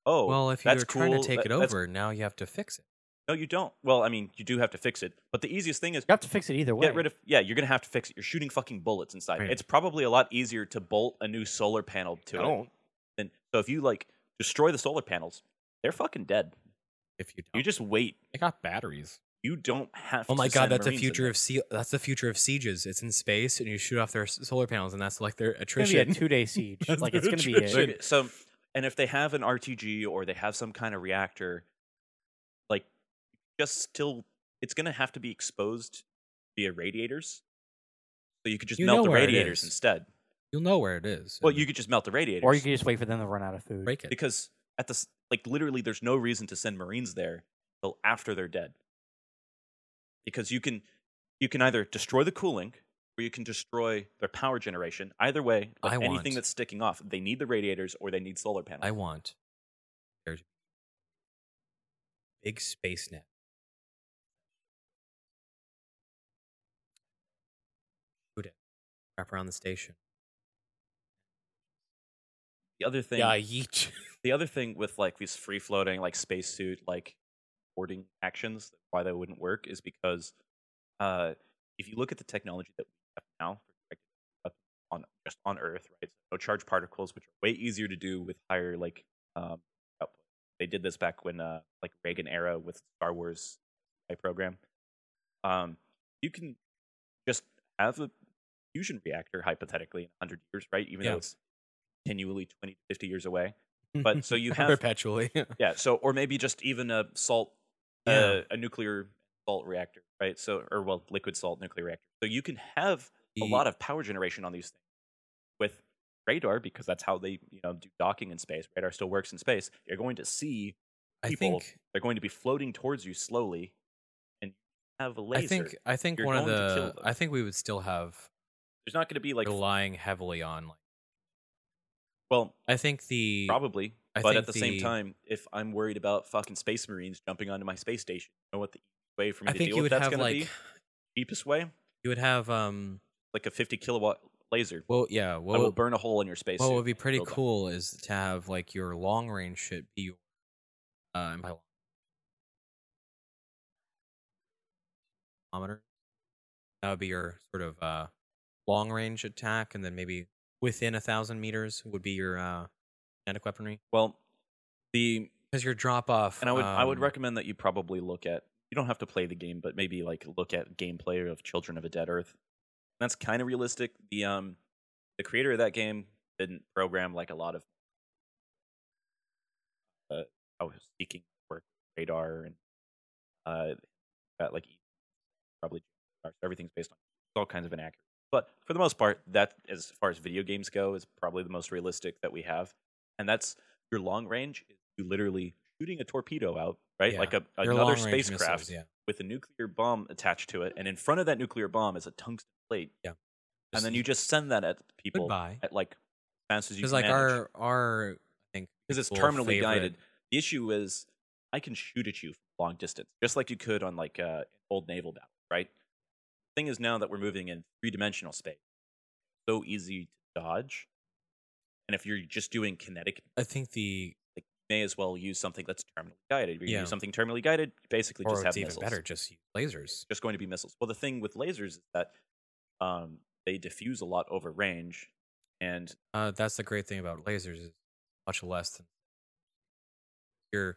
B: Oh,
C: well, if you're
B: that's cool.
C: trying to take
B: that-
C: it
B: that's-
C: over, now you have to fix it.
B: no, you don't. Well, I mean, you do have to fix it, but the easiest thing is
A: You have to fix it either way.
B: get rid of. Yeah, you're gonna have to fix it. You're shooting fucking bullets inside.
C: Right.
B: It's probably a lot easier to bolt a new solar panel to it than so if you like destroy the solar panels, they're fucking dead.
C: If you don't,
B: You just wait.
C: they got batteries.
B: You don't have.
C: Oh my
B: to
C: god,
B: send
C: that's the
B: Marines in
C: future
B: there.
C: of sea. That's the future of sieges. It's in space, and you shoot off their s- solar panels, and that's like their
A: It's gonna be
C: attrition.
B: [LAUGHS]
A: a two-day siege.
C: That's
A: like
C: their
A: it's gonna be
C: attrition.
A: a,
B: They're- So, and if they have an RTG or they have some kind of reactor, like just still, it's gonna have to be exposed via radiators. So you could just
C: You know
B: melt the
C: where it
B: radiators
C: is.
B: instead.
C: You'll know where it is.
B: Well,
C: and
B: you could just melt the radiators,
A: or you can just wait for them to run out of food.
C: break it.
B: because at this, like literally, there's no reason to send Marines there till after they're dead, because you can, you can either destroy the cooling or you can destroy their power generation. Either way, like
C: I
B: anything
C: want-
B: that's sticking off, they need the radiators or they need solar panels.
C: I want there to be big space net. Shoot it. Wrap around the station.
B: the other thing,
C: yeet.
B: the other thing with like these free floating like spacesuit like boarding actions, why they wouldn't work is because uh, if you look at the technology that we have now for directed weapons on just on Earth, right? So no charged particles, which are way easier to do with higher like um, output. They did this back when uh, like Reagan era with Star Wars AI program. Um, you can just have a fusion reactor hypothetically in 100 years, right? Even
C: Yeah.
B: though it's continually 20 to 50 years away.
C: [LAUGHS]
B: But so you have
C: perpetually.
B: yeah. So, or maybe just even a salt,
C: Yeah.
B: uh, a nuclear salt reactor, right? So, or well, liquid salt nuclear reactor. So you can have a lot of power generation on these things with radar because that's how they you know do docking in space. Radar still works in space. You're going to see
C: I
B: people.
C: think.
B: they're going to be floating towards you slowly, and have a laser.
C: I think. I think
B: You're
C: one of
B: going to kill
C: the.
B: them.
C: I think we would still have
B: There's not going to be like
C: relying heavily on. Like,
B: well,
C: I think the.
B: probably.
C: I
B: but at
C: think
B: the, same
C: the-
B: time, if I'm worried about fucking space marines jumping onto my space station, you know what the way for me
C: I
B: to
C: think
B: deal
C: you would
B: with that's
C: have
B: going
C: like
B: to be cheapest way,
C: you would have um
B: like a 50 kilowatt laser
C: well yeah
B: that will
C: what would,
B: burn a hole in your space.
C: what would be pretty
B: Go back.
C: cool is to have like your long range shit be your uh and by long- kilometer. That would be your sort of uh long range attack, and then maybe within a thousand meters would be your uh kinetic weaponry
B: Well, the
C: because your drop off.
B: and I would I would
C: um,
B: recommend that you probably look at you don't have to play the game, but maybe like look at gameplay of Children of a Dead Earth. That's kind of realistic. The um the creator of that game didn't program like a lot of uh I was seeking for radar and uh got like probably everything's based on all kinds of inaccurate. But for the most part, that as far as video games go is probably the most realistic that we have. And that's your long range is you literally shooting a torpedo out, right?
C: Yeah.
B: Like a,
C: your
B: another
C: long-range missiles,
B: spacecraft
C: yeah.
B: with a nuclear bomb attached to it, and in front of that nuclear bomb is a tungsten plate.
C: Yeah.
B: And then you just send that at people
C: Goodbye.
B: at like fast as you
C: Because like
B: can. manage.
C: our our I think
B: because it's
C: people
B: terminally
C: favorite-
B: guided. The issue is I can shoot at you from long distance, just like you could on like uh, old naval battle, right? Thing is now that we're moving in three dimensional space, so easy to dodge. And if you're just doing kinetic, you
C: I think the
B: may as well use something that's terminally guided. If you
C: Yeah.
B: use something terminally guided, you basically
C: or
B: just have
C: it's even
B: missiles.
C: better, just use lasers.
B: Just going to be missiles. Well, the thing with lasers is that um, they diffuse a lot over range, and
C: Uh, that's the great thing about lasers is much less than your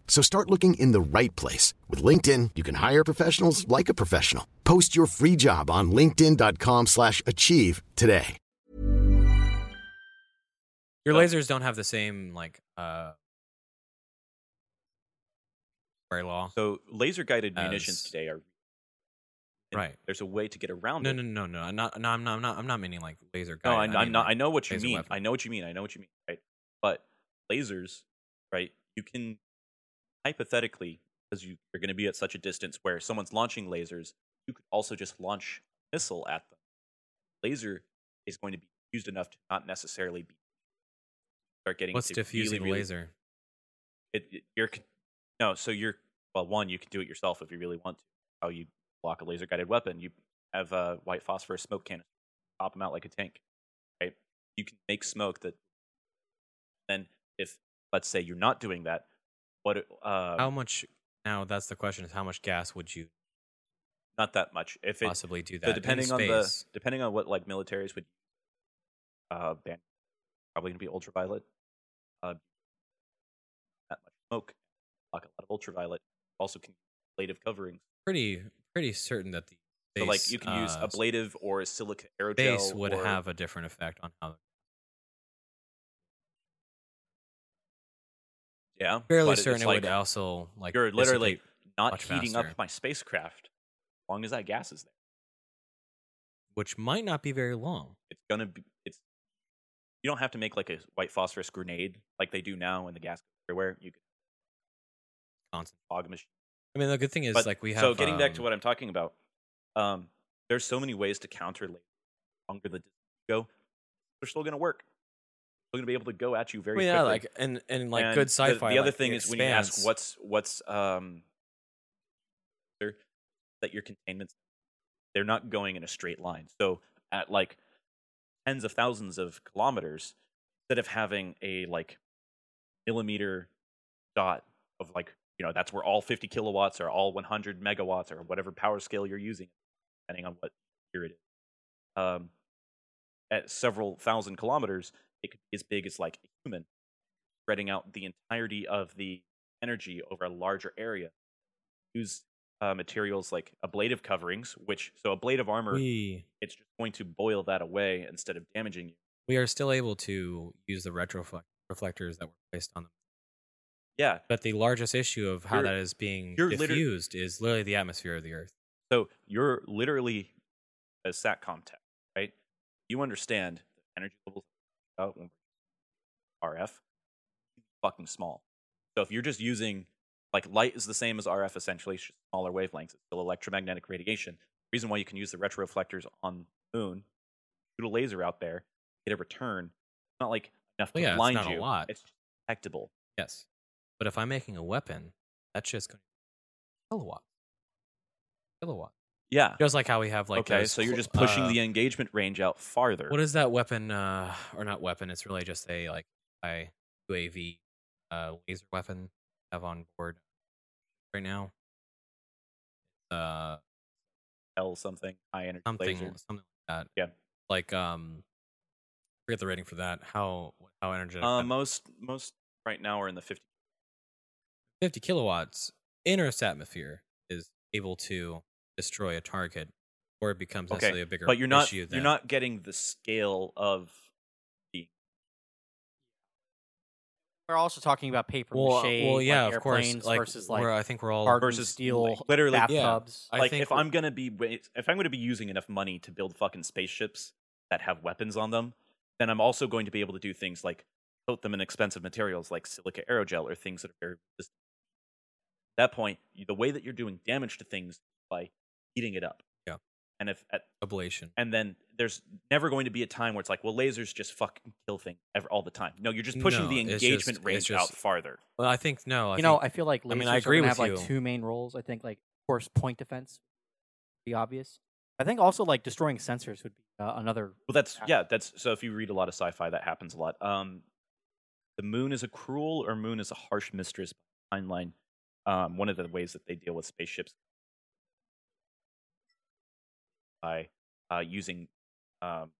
D: So start looking in the right place. With LinkedIn, you can hire professionals like a professional. Post your free job on linkedin.com/achieve slash achieve today.
C: your
B: So-
C: lasers don't have the same like uh very law.
B: so laser guided munitions
C: As-
B: today are and
C: right.
B: There's a way to get around
C: No,
B: it.
C: no, no, no. I'm not. No, I'm not. I'm not. I'm not meaning like laser.
B: No,
C: guided.
B: I, I'm
C: mean,
B: not. I
C: like,
B: know what you
C: laser
B: mean.
C: weapon.
B: I know what you mean. I know what you mean. Right, but lasers, right? You can hypothetically, because you, you're going to be at such a distance where someone's launching lasers, you could also just launch a missile at them. Laser is going to be used enough to not necessarily be start getting
C: What's
B: into really,
C: diffusing a
B: really-
C: laser?
B: It, it- you're c- no, so you're well. One, you can do it yourself if you really want to. How you block a laser guided weapon? You have a white phosphorus smoke cannon, pop them out like a tank right? You can make smoke that. Then, if let's say you're not doing that, what? Uh,
C: how much? Now that's the question: is how much gas would you
B: not that much. If it,
C: possibly do that?
B: so
C: in
B: depending on the
C: space?
B: depending on what like militaries would, uh, ban probably gonna be ultraviolet. Uh, that much smoke, like a lot of ultraviolet. Also, can ablative coverings.
C: pretty pretty certain that the
B: so like
C: space,
B: you can use
C: uh,
B: ablative or silica aerogel.
C: base would
B: or-
C: have a different effect on how
B: yeah
C: fairly
B: but it's
C: certain it
B: like,
C: would also like
B: you're literally
C: dissipate-
B: not
C: much
B: heating
C: faster.
B: up my spacecraft as long as that gas is there.
C: which might not be very long
B: it's gonna be it's you don't have to make like a white phosphorus grenade like they do now in the gas everywhere you can
C: constant
B: fog a machine
C: i mean the good thing is
B: But-
C: like we have
B: so getting back to
C: um,
B: what i'm talking about um there's so many ways to counter laser longer the distance you go they're still gonna work they're gonna be able to go at you very
C: well, yeah
B: quickly.
C: like and and like
B: And
C: good
B: the-
C: sci-fi
B: The, other
C: like,
B: thing
C: it
B: is when you ask
C: expands.
B: what's what's um there- that your containments they're not going in a straight line. So at like tens of thousands of kilometers, instead of having a like millimeter dot of like you know that's where all 50 kilowatts or all 100 megawatts or whatever power scale you're using, depending on what year it is. Um, at several thousand kilometers, it could be as big as like a human, spreading out the entirety of the energy over a larger area. Use uh, materials like ablative coverings, which so a blade of armor,
C: We
B: it's just going to boil that away instead of damaging you.
C: we are still able to use the retroflect reflectors that were placed on them.
B: Yeah,
C: But the largest issue of how
B: You're-
C: that is being
B: you're liter-
C: diffused is literally the atmosphere of the Earth.
B: So you're literally a satcom tech, right? You understand the energy levels out when we're RF fucking small. So if you're just using like light is the same as RF essentially, it's just smaller wavelengths, it's still electromagnetic radiation. The reason why you can use the retroreflectors on the moon, shoot a laser out there, get a return. It's not like enough
C: Well,
B: to
C: yeah, it's
B: blind
C: not a
B: you.
C: lot.
B: It's just detectable.
C: Yes. But if I'm making a weapon, that shit's going to kilowatt. Kilowatt.
B: Yeah.
C: Just like how we have like
B: okay,
C: those
B: so you're
C: cl-
B: just pushing
C: uh,
B: the engagement range out farther.
C: What is that weapon? Uh, or not weapon? It's really just a like I UAV uh, laser weapon I have on board right now. Uh,
B: L something high energy
C: something,
B: laser.
C: something like that.
B: Yeah.
C: Like um, forget the rating for that. How how energetic? [LAUGHS]
B: Uh,
C: that-
B: most most right now are in the 50.
C: 50 kilowatts in Earth's atmosphere is able to destroy a target, or it becomes
B: Okay,
C: necessarily a bigger
B: But you're not
C: issue.
B: you're
C: than-
B: not getting the scale of
A: We're also talking about paper
C: well,
A: mache,
C: well, yeah,
A: like
C: of course.
A: airplanes
C: Like,
A: versus like
C: where I think we're all
A: hard
B: versus,
A: Oh, steel,
B: like, literally- yeah.
A: bathtubs.
C: I
B: like
C: think
B: if
C: we're-
B: I'm gonna be wa- if I'm gonna be using enough money to build fucking spaceships that have weapons on them, then I'm also going to be able to do things like coat them in expensive materials like silica aerogel or things that are very resistant. At that point, you- the way that you're doing damage to things is by heating it up.
C: Yeah.
B: And if at
C: ablation.
B: and then there's never going to be a time where it's like, well, lasers just fucking kill things ever, all the time. No, you're just pushing
C: No,
B: the
C: it's
B: engagement
C: just- it's
B: range
C: just-
B: out farther.
C: Well, I think no. I
A: you know,
C: think-
A: I feel like lasers
C: I mean, I
A: are
C: agree
A: gonna
C: with
A: have
C: you.
A: like two main roles. I think like of course point defense, would be obvious. I think also like destroying sensors would be uh, another.
B: Well, that's
A: Yeah.
B: yeah, that's so. If you read a lot of sci-fi, that happens a lot. Um, the moon is a cruel or moon is a harsh mistress. Timeline. Um, one of the ways that they deal with spaceships by uh, using um,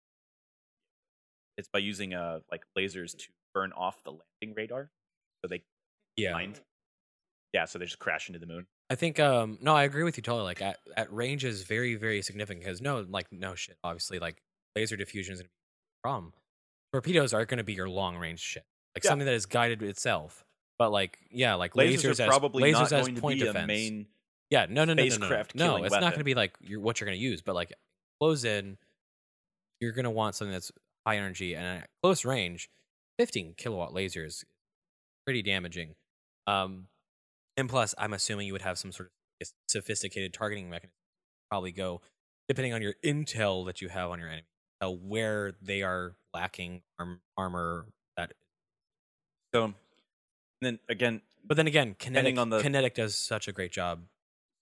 B: it's by using uh, like lasers to burn off the landing radar, so they
C: yeah.
B: mind. Yeah, so they just crash into the moon.
C: I think um no, I agree with you totally. Like at, at range is very very significant because no, like no shit. Obviously, like laser diffusion is gonna be a problem. Torpedoes are gonna be your long range shit, like
B: Yeah.
C: something that is guided itself. But like yeah, like
B: Lasers,
C: lasers, as,
B: are probably
C: lasers
B: not
C: as
B: going
C: point
B: to be
C: defense.
B: a main.
C: yeah, no, no, no, no, no, no,
B: spacecraft
C: no.
B: killing
C: It's not
B: weapon.
C: gonna be like your, what you're gonna use, but like close in, you're gonna want something that's high energy and at close range. 15 kilowatt lasers pretty damaging. Um, and plus, I'm assuming you would have some sort of sophisticated targeting mechanism. Probably go depending on your intel that you have on your enemy, uh, where they are lacking arm, armor. That,
B: So, and then again,
C: but then again, kinetic
B: Depending on the-
C: kinetic does such a great job.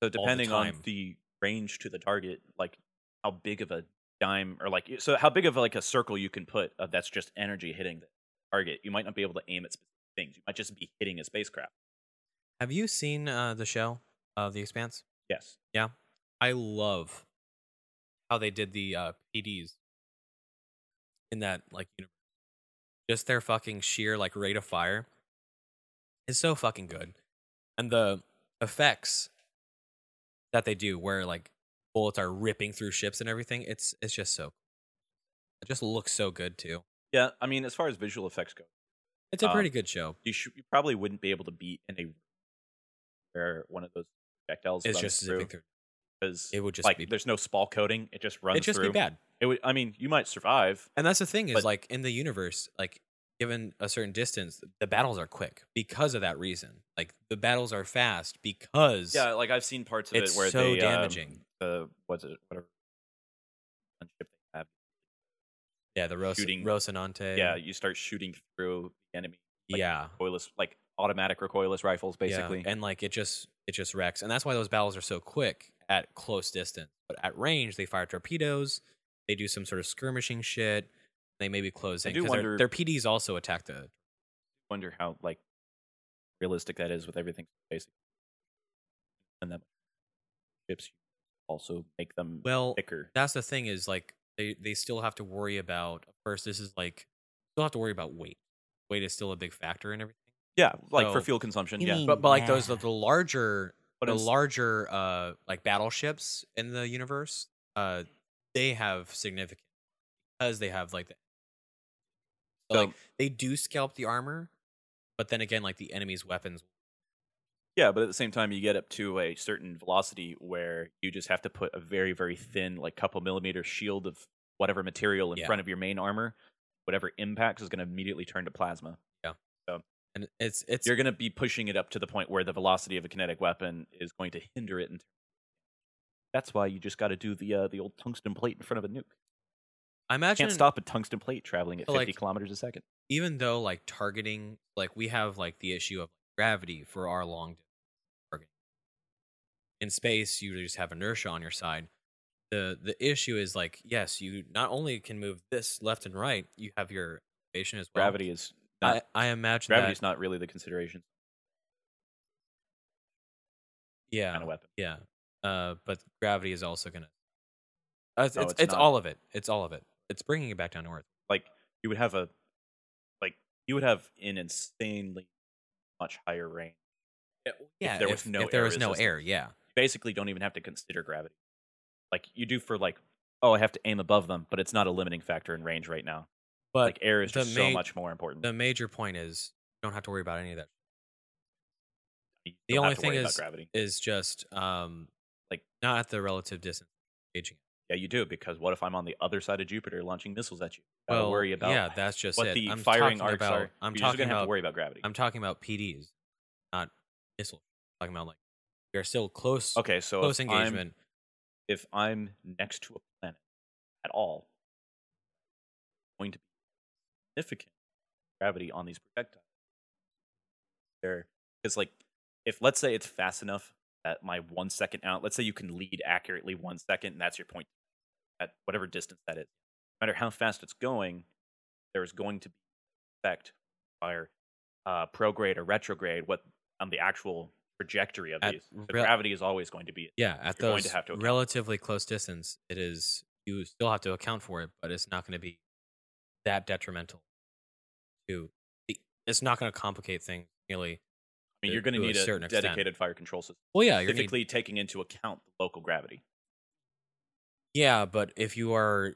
B: So depending on
C: time.
B: the range to the target, like how big of a dime or like so how big of like a circle you can put of that's just energy hitting the target. You might not be able to aim at specific things. You might just be hitting a spacecraft.
C: Have you seen uh, the show of The Expanse?
B: Yes.
C: I love how they did the uh, PDs in that like universe. Just their fucking sheer like rate of fire is so fucking good, and the effects that they do, where like bullets are ripping through ships and everything, it's it's just so. It just looks so good too.
B: Yeah. I mean, as far as visual effects go,
C: It's a pretty
B: Um,
C: good show.
B: you, sh- you probably wouldn't be able to beat in a where one of those projectiles
C: It's
B: runs
C: just
B: through
C: zipping through.
B: because
C: It would just
B: like
C: be
B: there's no spall coating. It just runs
C: it just
B: through.
C: be bad.
B: It would. I mean, you might survive.
C: And that's the thing is
B: But-
C: like in the universe, like given a certain distance, the battles are quick because of that reason. Like the battles are fast because
B: Yeah. Like I've seen parts of
C: it's
B: it where
C: so
B: they, um,
C: damaging.
B: the what's it whatever gunship they have.
C: yeah, the Ros-
B: shooting-
C: Rocinante.
B: yeah, you start shooting through the enemy. like,
C: yeah,
B: Recoilless, like automatic recoilless rifles,
C: yeah.
B: basically.
C: And like it just it just wrecks. And that's why those battles are so quick at close distance. But at range, they fire torpedoes, they do some sort of skirmishing shit, they maybe close
B: I
C: in.
B: do
C: 'cause their-
B: wonder-
C: their PDs also attack the
B: Wonder how like realistic that is with everything basically. And that ships also make them
C: well
B: thicker.
C: that's the thing is like They they still have to worry about first. This is like still have to worry about weight. Weight is still a big factor in everything.
B: Yeah, like for
C: So-
B: fuel consumption.
A: You
B: Yeah,
A: mean-
B: but
C: But but like those
A: Yeah.
C: the, the larger
B: But
C: the
B: it's-
C: larger uh like battleships in the universe uh they have significant because they have like the, so,
B: So-
C: like they do scalp the armor, but then again like the enemy's weapons.
B: yeah, but at the same time, you get up to a certain velocity where you just have to put a very very thin, like couple millimeter shield of whatever material in
C: Yeah.
B: front of your main armor. Whatever impacts is going to immediately turn to plasma.
C: And it's it's
B: You're going to be pushing it up to the point where the velocity of a kinetic weapon is going to hinder it. And that's why you just got to do the uh, the old tungsten plate in front of a nuke.
C: I imagine
B: Can't stop a tungsten plate traveling at
C: So,
B: 50
C: like-
B: kilometers a second.
C: even though like targeting like we have like the issue of gravity for our long distance targeting. in space you just have inertia on your side the the issue is like yes you not only can move this left and right you have your elevation as well
B: Gravity is not
C: i, I imagine
B: gravity's
C: that,
B: not really the consideration
C: yeah
B: kind of weapon.
C: yeah uh but gravity is also gonna uh, it's,
B: No,
C: it's,
B: it's
C: it's
B: not.
C: all of it it's all of it it's bringing it back down to earth
B: Like you would have a like you would have an insanely much higher range.
C: yeah
B: there was no
C: if there
B: air
C: was no
B: resistance.
C: air yeah
B: You basically don't even have to consider gravity. Like you do for like oh I have to aim above them, but it's not a limiting factor in range right now.
C: but
B: like air is
C: the
B: just so
C: main-
B: much more important.
C: the major point is you don't have to worry about any of that
B: You
C: the
B: don't have
C: only
B: to
C: thing
B: worry about
C: is-
B: gravity.
C: is just um
B: Like-
C: like not at the relative distance aging.
B: Yeah, you do because what if I'm on the other side of Jupiter launching missiles at you? Gotta worry about
C: yeah, that's just
B: what
C: it.
B: the
C: I'm
B: firing
C: talking
B: arcs
C: about,
B: are.
C: I'm
B: You're just
C: talking
B: gonna
C: about
B: have to worry about gravity.
C: I'm talking about PDs, not missiles. I'm talking about like we are still close
B: okay, so
C: close
B: if I'm-
C: engagement.
B: if I'm next to a planet at all, going to be significant gravity on these projectiles. There, because like, if let's say it's fast enough that my one second out, let's say you can lead accurately one second, and that's your point at whatever distance that is. No matter how fast it's going, there is going to be effect fire, uh, prograde or retrograde. What on the actual trajectory of
C: At
B: these? So
C: rel-
B: gravity is always going to be
C: yeah, at
B: you're
C: those
B: going to have to account-
C: relatively close distance, it is you still have to account for it, but it's not going to be that detrimental to it's not going to complicate things nearly.
B: I mean,
C: to-
B: you're going to
C: to a
B: need a,
C: certain extent.
B: dedicated fire control system,
C: Well, yeah, you're gonna need-
B: specifically taking into account the local gravity.
C: Yeah, but if you are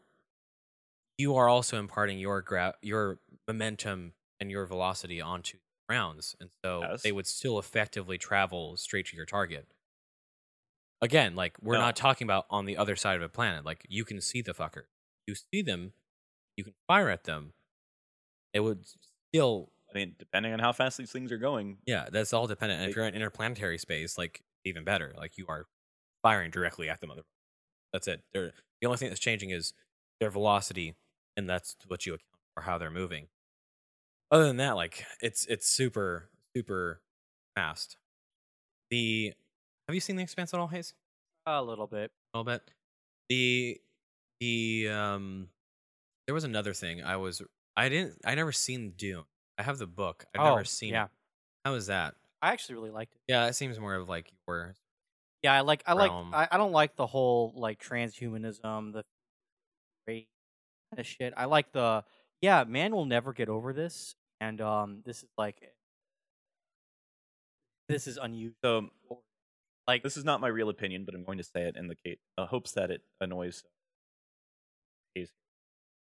C: you are also imparting your gra- your momentum and your velocity onto rounds, and so
B: Yes.
C: they would still effectively travel straight to your target. Again, like we're
B: No.
C: not talking about on the other side of a planet. Like you can see the fucker, you see them, you can fire at them. It would still,
B: I mean, depending on how fast these things are going,
C: yeah, that's all dependent. And if
B: They-
C: you're in interplanetary space, like even better, like you are firing directly at the mother. That's it. They're, the only thing that's changing is their velocity, and that's what you account for how they're moving. Other than that, like it's it's super super fast. The have you seen the Expanse at all, Hayes?
A: A little bit.
C: A little bit. The the um there was another thing I was I didn't I never seen Dune. I have the book. I've
A: Oh,
C: never seen
A: yeah.
C: it. How is that?
A: I actually really liked it.
C: Yeah, it seems more of like your
A: Yeah, I like. I like.
C: Realm.
A: I, I don't like the whole like transhumanism, the race kind of shit. I like the. Yeah, man will never get over this, and um, this is like. This is unusual.
B: so
A: Like
B: this is not my real opinion, but I'm going to say it in the case, uh, hopes that it annoys. Is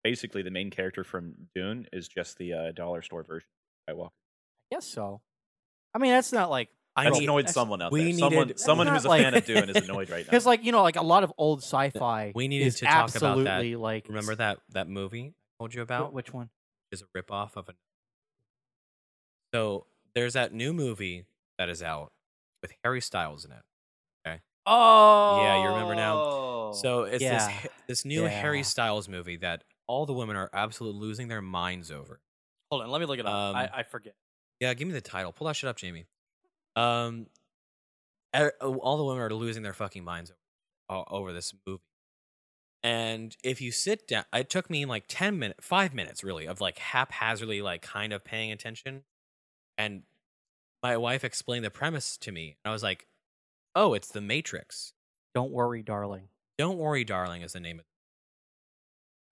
B: basically the main character from Dune is just the uh, dollar store version. I walk.
A: I guess so. I mean, that's not like
C: I
B: That's
A: need-
B: annoyed
A: that's-
B: someone out
C: we
B: there. someone
C: needed-
B: someone
A: That's
B: who's a
A: not
B: fan
A: like-
B: of Dune is
C: [LAUGHS]
B: annoyed right now.
A: because like you know like a lot of old sci-fi.
C: We needed
A: is
C: to talk about that.
A: absolutely like
C: remember that that movie I told you about,
A: Which one?
C: is a ripoff of a. So there's that new movie that is out with Harry Styles in it.
A: Oh,
C: you remember now? So it's this
A: yeah.
C: this this new Harry
A: Yeah.
C: Styles movie that all the women are absolutely losing their minds over.
A: hold on, let me look it up.
C: Um,
A: I, I forget.
C: Yeah, give me the title. Pull that shit up, Jamie. Um, er- all the women are losing their fucking minds o- over this movie. And if you sit down, it took me like ten minutes, five minutes really, of like haphazardly, like kind of paying attention. And my wife explained the premise to me, and I was like, "Oh, it's The Matrix."
A: Don't worry, darling.
C: Don't worry, darling, is the name of.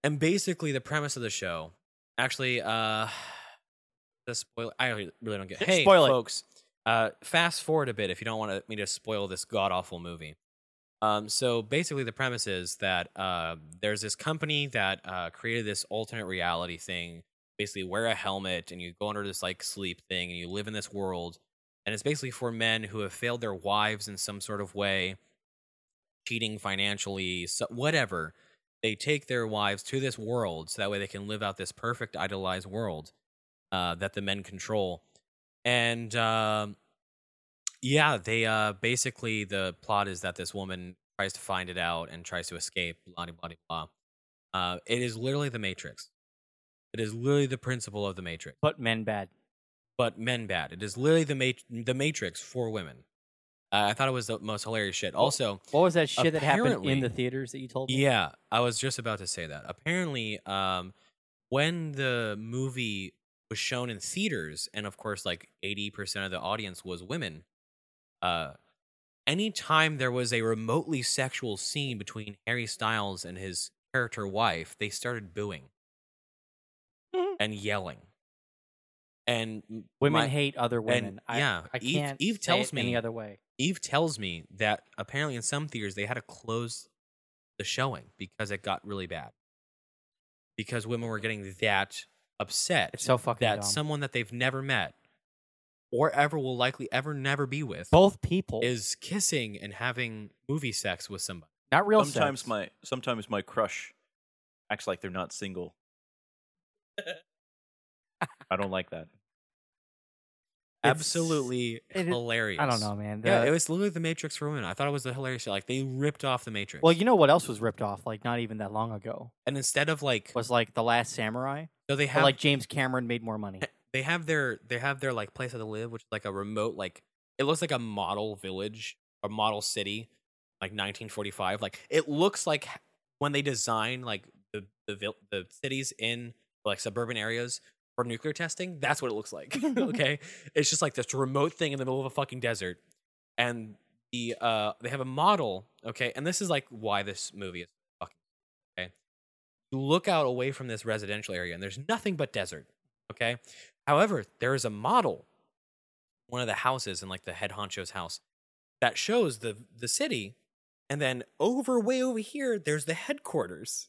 C: And basically, the premise of the show, actually, uh, [SIGHS] the spoiler. I really don't get. Hey,
A: Spoil it.
C: folks, uh, fast forward a bit if you don't want me to spoil this god awful movie. Um, so basically, the premise is that uh, there's this company that uh, created this alternate reality thing. Basically, wear a helmet and you go under this like sleep thing, and you live in this world. And it's basically for men who have failed their wives in some sort of way, cheating financially, so whatever. They take their wives to this world so that way they can live out this perfect idolized world uh, that the men control. And um yeah, they uh, basically the plot is that this woman tries to find it out and tries to escape. Blah blah blah. blah. Uh, it is literally the Matrix. It is literally the principle of the Matrix
A: But men bad.
C: but men bad. It is literally the mat- the Matrix for women. Uh, I thought it was the most hilarious shit. Also,
A: What was that shit that happened in
C: Apparently-
A: the theaters that you told me?
C: yeah, I was just about to say that. Apparently, um, when the movie was shown in theaters, and of course, like eighty percent of the audience was women. Uh, anytime there was a remotely sexual scene between Harry Styles and his character wife, they started
A: [LAUGHS]
C: booing and yelling. And
A: Women
C: my-
A: hate other women. I,
C: yeah,
A: I
C: Eve-
A: can't.
C: Eve
A: say
C: tells
A: it any
C: me-
A: other way.
C: Eve tells me that apparently in some theaters they had to close the showing because it got really bad. Because women were getting that upset
A: It's so fucking
C: that
A: dumb.
C: someone that they've never met or ever will likely ever never be with
A: Both people
C: is kissing and having movie sex with somebody.
A: not real.
B: sometimes
A: sex.
B: my sometimes my crush acts like they're
C: [LAUGHS]
B: not single. I don't like that.
A: It's-
C: Absolutely
A: it-
C: hilarious.
A: I don't know, man.
C: yeah,
A: The-
C: it was literally the Matrix for women. I thought it was the hilarious shit. Like they ripped off the Matrix.
A: Well, you know what else was ripped off? Like not even that long ago
C: and instead of like,
A: was like the Last Samurai.
C: so they
A: but,
C: have
A: like James Cameron made more money.
C: they have their they have their like place that they live, which is like a remote like it looks like a model village or model city, like 1945. Like it looks like h- when they design like the the vil- the cities in like suburban areas for nuclear testing. That's what it looks like. [LAUGHS] okay, it's just like this remote thing in the middle of a fucking desert, and the uh they have a model. Okay, and this is like why this movie is fucking okay. You look out away from this residential area, and there's nothing but desert. Okay. However, there is a model, one of the houses in like the head honcho's house, that shows the the city, and then over way over here, there's the headquarters,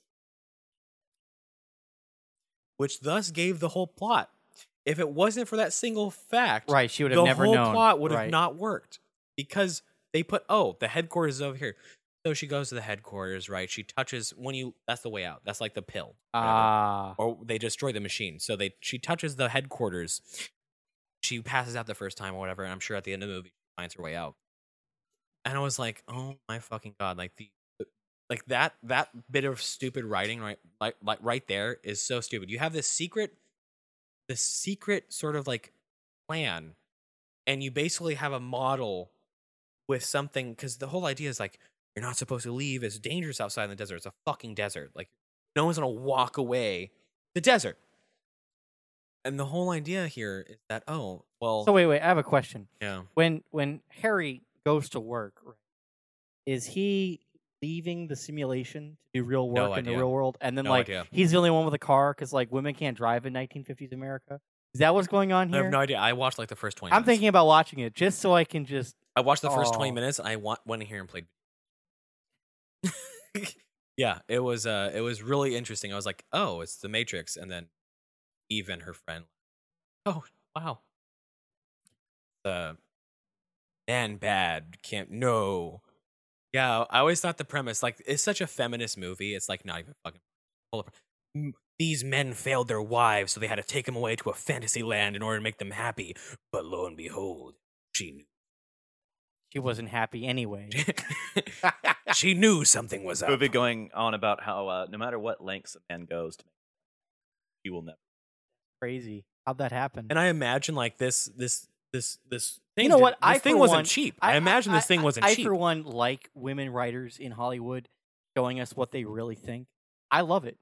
C: which thus gave the whole plot. If it wasn't for that single fact,
A: Right, she would have
C: the
A: never
C: whole
A: known.
C: plot would have
A: Right.
C: not worked because they put oh the headquarters is over here. So she goes to the headquarters, right? She touches when you that's the way out. That's like the pill. whatever
A: Ah,
C: or they destroy the machine. So they she touches the headquarters. She passes out the first time or whatever, and I'm sure at the end of the movie she finds her way out. And I was like, oh my fucking god, like the like that that bit of stupid writing right like like right there is so stupid. You have this secret this secret sort of like plan and you basically have a model with something because the whole idea is like you're not supposed to leave it's dangerous outside in the desert it's a fucking desert like no one's gonna walk away the desert and the whole idea here is that oh well
A: so wait, wait. I have a question.
C: yeah
A: When when Harry goes to work, right, is he leaving the simulation to do real
C: No
A: work in the
C: idea.
A: real world? And then
C: No
A: like
C: idea.
A: he's the only one with a car because like women can't drive in 1950s America. Is that what's going on
C: i
A: here?
C: have no idea i watched like the first 20
A: I'm
C: minutes.
A: thinking about watching it just so I can just
C: i watched the first 20
A: Aw.
C: minutes and i want went in here and played yeah it was uh it was really interesting i was like oh it's the matrix and then eve and her friend oh wow the man bad can't no yeah i always thought the premise like it's such a feminist movie it's like not even fucking hold up. M- these men failed their wives so they had to take them away to a fantasy land in order to make them happy but lo and behold she knew
A: she wasn't
C: [LAUGHS]
A: happy anyway.
C: she knew something was up.
B: Movie going on about how uh, no matter what lengths a man goes to, he will never.
A: Crazy. How'd that happen?
C: And I imagine like this, this, this, this. Thing
A: you know what?
C: didn't-
A: I
C: this thing
A: for
C: wasn't
A: one-
C: cheap. I, imagine this thing wasn't
A: I,
C: cheap.
A: for one like women writers in Hollywood showing us what they really think. I love it.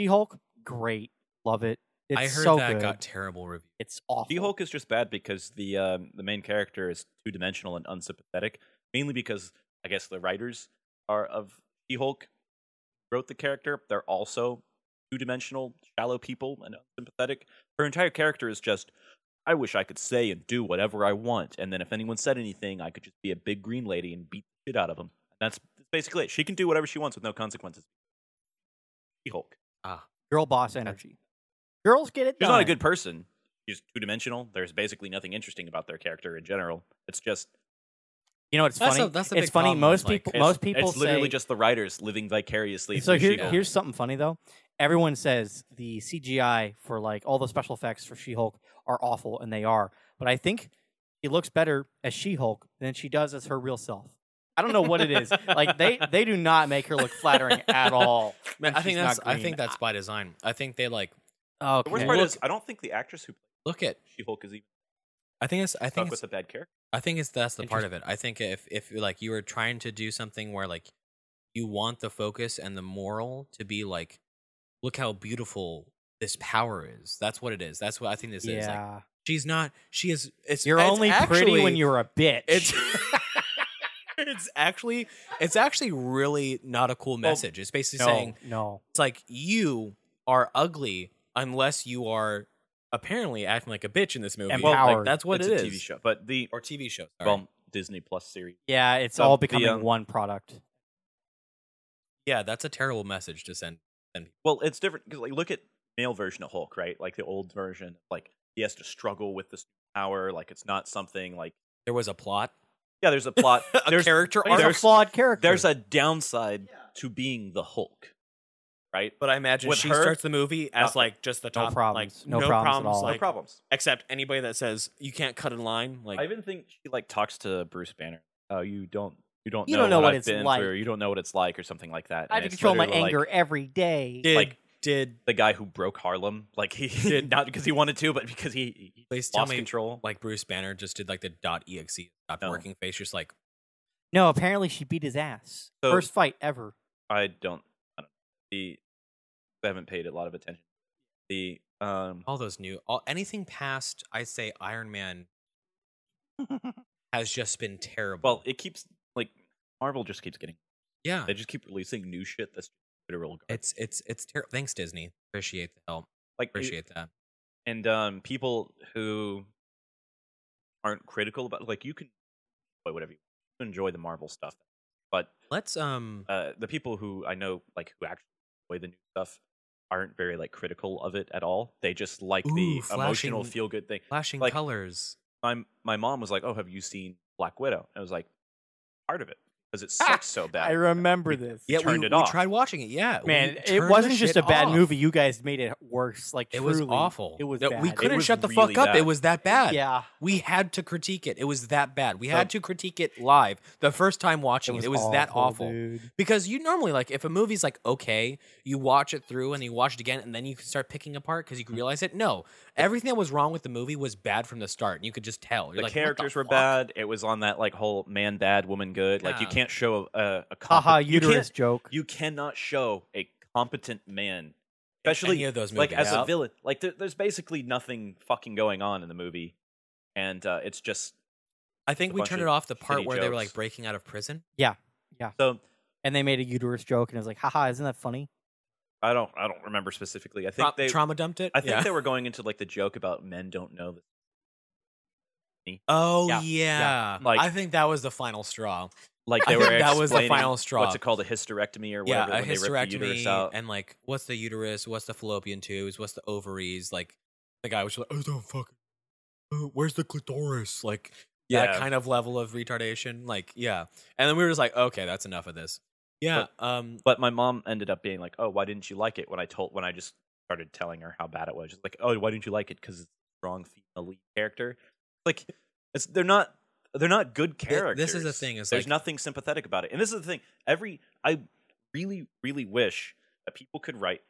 A: She Hulk, great, love it. It's
C: I heard
A: so
C: that
A: good.
C: got terrible reviews.
A: it's awful.
B: The Hulk is just bad because the um, the main character is two dimensional and unsympathetic, mainly because I guess the writers are of the Hulk wrote the character, they're also two dimensional, shallow people and unsympathetic. Her entire character is just, I wish I could say and do whatever I want. And then if anyone said anything, I could just be a big green lady and beat the shit out of them. That's basically it. She can do whatever she wants with no consequences. She Hulk.
C: Ah,
A: Girl boss energy. Girls get it
B: She's
A: done.
B: not a good person. She's two dimensional. There's basically nothing interesting about their character in general. It's just
A: You know, it's
C: That's
A: funny.
C: a- that's a
A: it's
C: big
A: funny.
C: problem,
A: Most
C: like,
A: people.
B: it's,
A: most people.
B: It's literally
A: say-
B: just the writers living vicariously.
A: So
B: through
A: here,
B: She-Hulk.
A: here's something funny though. Everyone says the CGI for like all the special effects for She-Hulk are awful, and they are. But I think she looks better as She-Hulk than she does as her real self. I don't know what it is. Like
C: [LAUGHS]
A: they they do not make her look flattering at all.
C: man,
A: when
C: I think
A: she's
C: that's
A: not
C: I
A: green.
C: think that's by design. I think they like
A: Okay.
B: The worst part is I don't think the actress who played
C: look at.
B: She-Hulk is even
C: I think it's I think
B: stuck
C: it's,
B: with a bad character.
C: I think it's that's the part of it. I think if if like you were trying to do something where like you want the focus and the moral to be like, look how beautiful this power is. That's what it is. That's what I think this is. Like,
A: yeah.
C: she's not. She is. It's
A: You're
C: it's
A: only pretty when
C: actually-
A: you're a bitch.
C: It's [LAUGHS] it's actually it's actually really not a cool message. it's basically
A: no,
C: saying
A: no.
C: it's like you are ugly unless you are apparently acting like a bitch in this movie.
A: Well,
C: Like,
A: Empowered.
C: that's what
B: it's
C: it
B: a
C: is.
B: TV show, but the
C: or TV show. Sorry.
B: well Disney Plus series.
A: Yeah, it's
B: So
A: all
B: the,
A: becoming
B: um,
A: one product.
C: yeah, that's a terrible message to send.
B: Well, it's different because like look at male version of Hulk, right? Like the old version, like he has to struggle with this power. Like it's not something like
C: There was a plot,
B: yeah. There's a plot.
C: [LAUGHS] a
B: there's
C: character
A: He's
C: arc.
A: a flawed character.
B: there's a downside to being the Hulk, right?
E: But I imagine
B: With
E: she
B: her,
E: starts the movie as
B: nothing.
E: like just the top,
A: problems.
E: like
A: No problems at all.
E: like,
B: no problems.
E: Except anybody that says you can't cut in line, like
B: I even think she like talks to Bruce Banner. Oh, you don't. You don't.
A: You
B: know
A: don't know what
B: I've
A: it's
B: been
A: like.
B: through. You don't know what it's like, or something like that.
A: I
B: And
A: have to
B: it's
A: control my
B: literally, like,
A: anger every day.
E: did
B: like-
E: did
B: the guy who broke Harlem, like he [LAUGHS] did not because he wanted to, but because he, he
C: Please tell
B: lost
C: me,
B: control.
C: like Bruce Banner just did like the dot exe stopped
B: No.
C: working face, just like
A: No, apparently she beat his ass.
B: So-
A: First fight ever.
B: I don't. I don't the I haven't paid a lot of attention. The um
A: Oh.
C: all those new all anything past I say Iron
B: [LAUGHS]
C: Man has just been terrible.
B: well, it keeps like Marvel just keeps getting.
C: yeah,
B: They just keep releasing new shit that's literal. Garbage.
C: It's it's it's terrible. Thanks, Disney. Appreciate the help.
B: like it-
C: Appreciate that.
B: and um people who aren't critical about like you can enjoy whatever you want. You enjoy the Marvel stuff, but
C: Let's um.
B: uh, the people who I know like who actually enjoy the new stuff aren't very like critical of it at all. They just like the
C: Ooh,
B: emotional
C: flashing-
B: feel good thing.
C: flashing
B: like-
C: colors.
B: My my mom was like, "Oh, have you seen Black Widow?" And I was like, "Part of it because it
C: Ah,
B: sucks so bad."
A: remember
B: We-
A: this.
B: Yeah,
C: we,
B: turned it
C: we
B: off.
C: tried watching it. Yeah, we
A: Man, it
C: turned the
A: wasn't just a
C: shit
A: bad
C: off.
A: movie. You guys made it worse. Like
C: It was
A: truly,
C: awful.
A: It was.
C: That-
A: bad.
C: We couldn't
B: was
C: shut the
B: really
C: fuck up.
B: bad.
C: It was that bad.
A: Yeah,
C: We had to critique it. It was that bad. We
B: So-
C: had to critique it live the first time watching it. It was, that awful.
A: dude.
C: Because you normally like if a movie's like okay, you watch it through and you watch it again and then you can start picking apart because you
B: Mm.
C: can realize it. No, everything that was wrong with the movie was bad from the start, and you could just tell. You're
B: the
C: like, what
B: characters were
C: fuck?
B: bad. It was on that like whole man, dad, woman, good. Like you
C: Yeah.
B: can't show a a, a competent,
A: Haha,
B: you can't-
A: uterus joke.
B: You cannot show a competent man, especially
C: any of those
B: like
C: movies.
B: as a villain. Like there, there's basically nothing fucking going on in the movie, and uh, it's just
C: I think
B: a
C: we
B: bunch
C: turned
B: of
C: it off the part
B: shitty
C: where they were
B: jokes.
C: like breaking out of prison.
B: so
A: and they made a uterus joke, and it was like, haha, isn't that funny?
B: I don't I don't remember specifically. I think
C: Tra-
B: they
C: trauma dumped it.
B: I think
C: Yeah.
B: they were going into like the joke about men don't know. This.
C: Oh
B: Yeah,
C: yeah,
B: yeah. Like-
C: I think that was the final straw.
B: Like
C: I
B: they were
C: think that was the
B: explaining
C: final straw.
B: What's it called? A hysterectomy or whatever
C: yeah, a
B: when they rip the uterus
C: hysterectomy
B: out.
C: and like what's the uterus? What's the fallopian tubes? What's the ovaries? Like the guy was just like, oh don't fuck, uh, where's the clitoris? Like
B: Yeah.
C: that kind of level of retardation. Like yeah, and then we were just like, okay, that's enough of this. Yeah, um,
B: but my mom ended up being like, "Oh, why didn't you like it?" When I told when I just started telling her how bad it was, she's like, "Oh, why didn't you like it? Because it's a strong female lead character." Like, it's they're not they're not good
C: th-
B: characters.
C: this is the thing. Is
B: There's
C: like,
B: nothing sympathetic about it, and this is the thing. Every I really really wish that people could write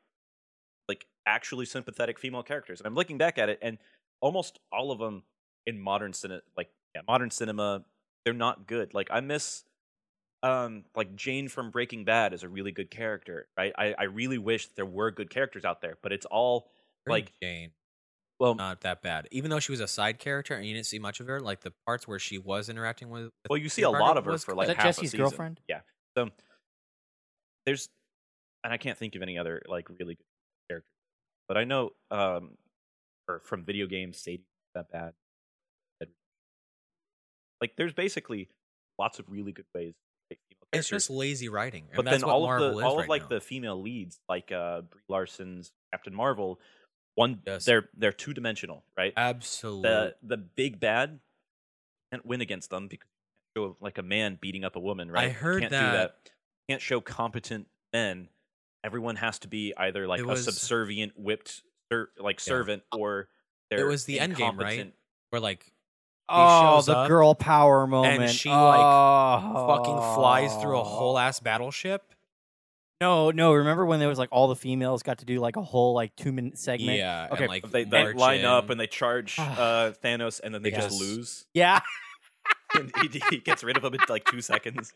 B: like actually sympathetic female characters. And I'm looking back at it, and almost all of them in modern cinema, like yeah, modern cinema, they're not good. Like I miss, um, like Jane from Breaking Bad is a really good character, right? I I really wish there were good characters out there, but it's all like
C: Jane.
B: well,
C: Not that bad, even though she was a side character and you didn't see much of her. Like the parts where she was interacting with, with
B: well, you see
C: Peter
B: a
C: Parker
B: lot of her
C: was
B: for
C: cool.
B: like
A: that
B: half a
A: Jesse's
B: season.
A: girlfriend?
B: Yeah, so there's and I can't think of any other like really good character. But I know, um, or from video games, Sadie's not that bad. That- Like, there's basically lots of really good ways. to make female
C: It's
B: characters,
C: just lazy writing. and
B: but
C: that's
B: then
C: what
B: all
C: Marvel
B: of
C: is
B: the all
C: right
B: of like
C: now.
B: the female leads, like uh, Brie Larson's Captain Marvel, one
C: Yes.
B: they're they're two dimensional, right?
C: absolute.
B: the the big bad can't win against them because you can't show like a man beating up a woman, right?
C: I
B: You
C: heard
B: can't Do
C: that.
B: that. Can't show competent men. Everyone has to be either like
C: It
B: a
C: was-
B: subservient, whipped, ser- like
C: Yeah.
B: servant, or they're
C: was the end game, right?
B: incompetent.
C: where like
A: oh,
C: shows
A: the
C: up,
A: girl power moment.
C: she, like,
A: oh.
C: fucking flies through
B: Oh.
C: a whole ass battleship.
A: No, no. Remember when there was like all the females got to do like a whole like two minute segment?
C: Yeah.
A: Okay.
C: And, like
B: They, they
C: march
B: line up
C: in.
B: and
C: [SIGHS]
B: they charge uh, Thanos, and then they
C: Yes.
B: just lose. [LAUGHS]
A: Yeah.
B: And he, he gets rid of him in like two seconds.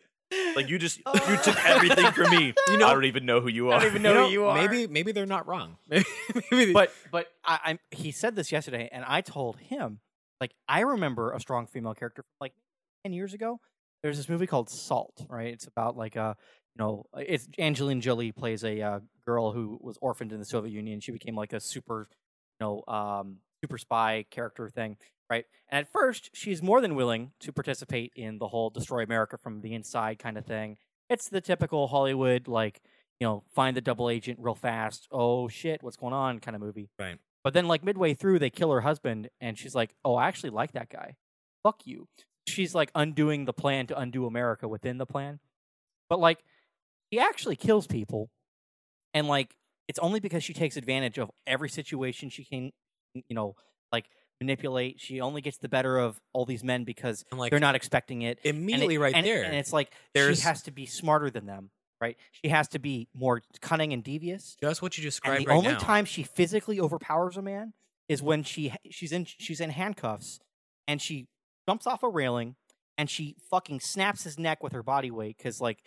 B: Like you just you
C: [LAUGHS]
B: took everything from me. You know, I don't even know who you are.
A: I don't even know who you are.
C: Maybe maybe they're not wrong.
A: [LAUGHS]
C: maybe they-
A: but but I, I'm he said this yesterday, and I told him like I remember a strong female character from, like ten years ago. There's this movie called Salt, right? It's about like a you know it's Angelina Jolie plays a uh, girl who was orphaned in the Soviet Union. She became like a super you know um, super spy character thing, right? And at first, she's more than willing to participate in the whole destroy America from the inside kind of thing. It's the typical Hollywood like you know find the double agent real fast. Oh shit, what's going on? Kind of movie.
C: right.
A: But then, like midway through, they kill her husband, and she's like, "Oh, I actually like that guy. Fuck you." She's like undoing the plan to undo America within the plan. But like, she actually kills people, and like, it's only because she takes advantage of every situation she can, you know, like manipulate. She only gets the better of all these men because
C: And like
A: they're not expecting it. and it-
C: immediately right
A: and-
C: there.
A: and it's like
C: There's-
A: she has to be smarter than them, right? She has to be more cunning and devious
C: just what you
A: and
C: described
A: the
C: right
A: only
C: now.
A: time she physically overpowers a man is when she she's in she's in handcuffs and she jumps off a railing and she fucking snaps his neck with her body weight because like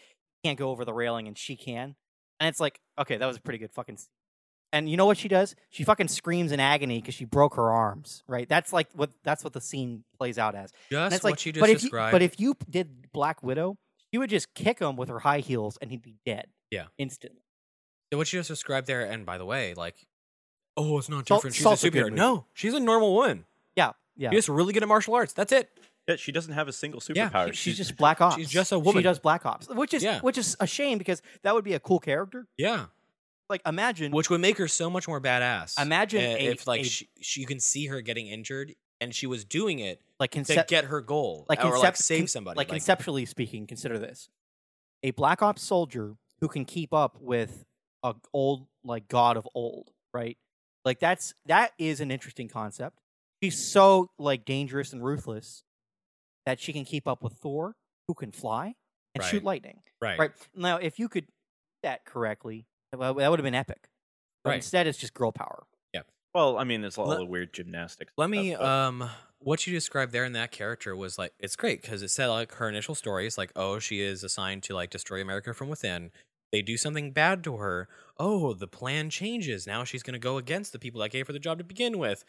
A: he can't go over the railing and she can and it's like okay that was a pretty good fucking s- and you know what she does she fucking screams in agony because she broke her arms right that's like what that's what the scene plays out as
C: just
A: and it's
C: what
A: like
C: you just
A: but if
C: described.
A: you, but if you p- did black widow you would just kick him with her high heels and he'd be dead
C: Yeah.
A: instantly
C: So what you just described there, and by the way, like, oh, it's not
A: Salt-
C: different. She's
A: Salt's
C: a
A: a good
C: superhero.
A: movie.
C: No, she's a normal woman.
A: yeah yeah
C: She's just really good at martial arts. That's it.
B: Yeah, she doesn't have a single
C: Yeah,
B: superpower.
C: she-
A: She- she's, just black ops.
C: she's just a woman.
A: She does black ops, which is
C: Yeah.
A: which is a shame because that would be a cool character.
C: Yeah,
A: Like imagine
C: which would make her so much more badass.
A: Imagine
C: i-
A: a-
C: if like
A: a-
C: she, she, you can see her getting injured, and she was doing it
A: like
C: to
A: concep-
C: get her goal,
A: like,
C: or
A: concep-
C: like
A: con-
C: save somebody.
A: Like, conceptually speaking, consider this: a black ops soldier who can keep up with a old like god of old, right? Like that's that is an interesting concept. She's so like dangerous and ruthless that she can keep up with Thor, who can fly and shoot
C: Right.
A: lightning.
C: right,
A: Right. Now, if you could do that correctly, that would that would have been epic. But
C: Right.
A: instead, it's just girl power.
B: well, I mean, it's all
C: Let-
B: the weird gymnastics.
C: Let
B: and
C: me.
B: stuff, but-
C: Um, what you described there in that character was like it's great because it said like her initial story is like, oh, she is assigned to like destroy America from within. They do something bad to her. Oh, the plan changes. Now she's gonna go against the people that gave her the job to begin with,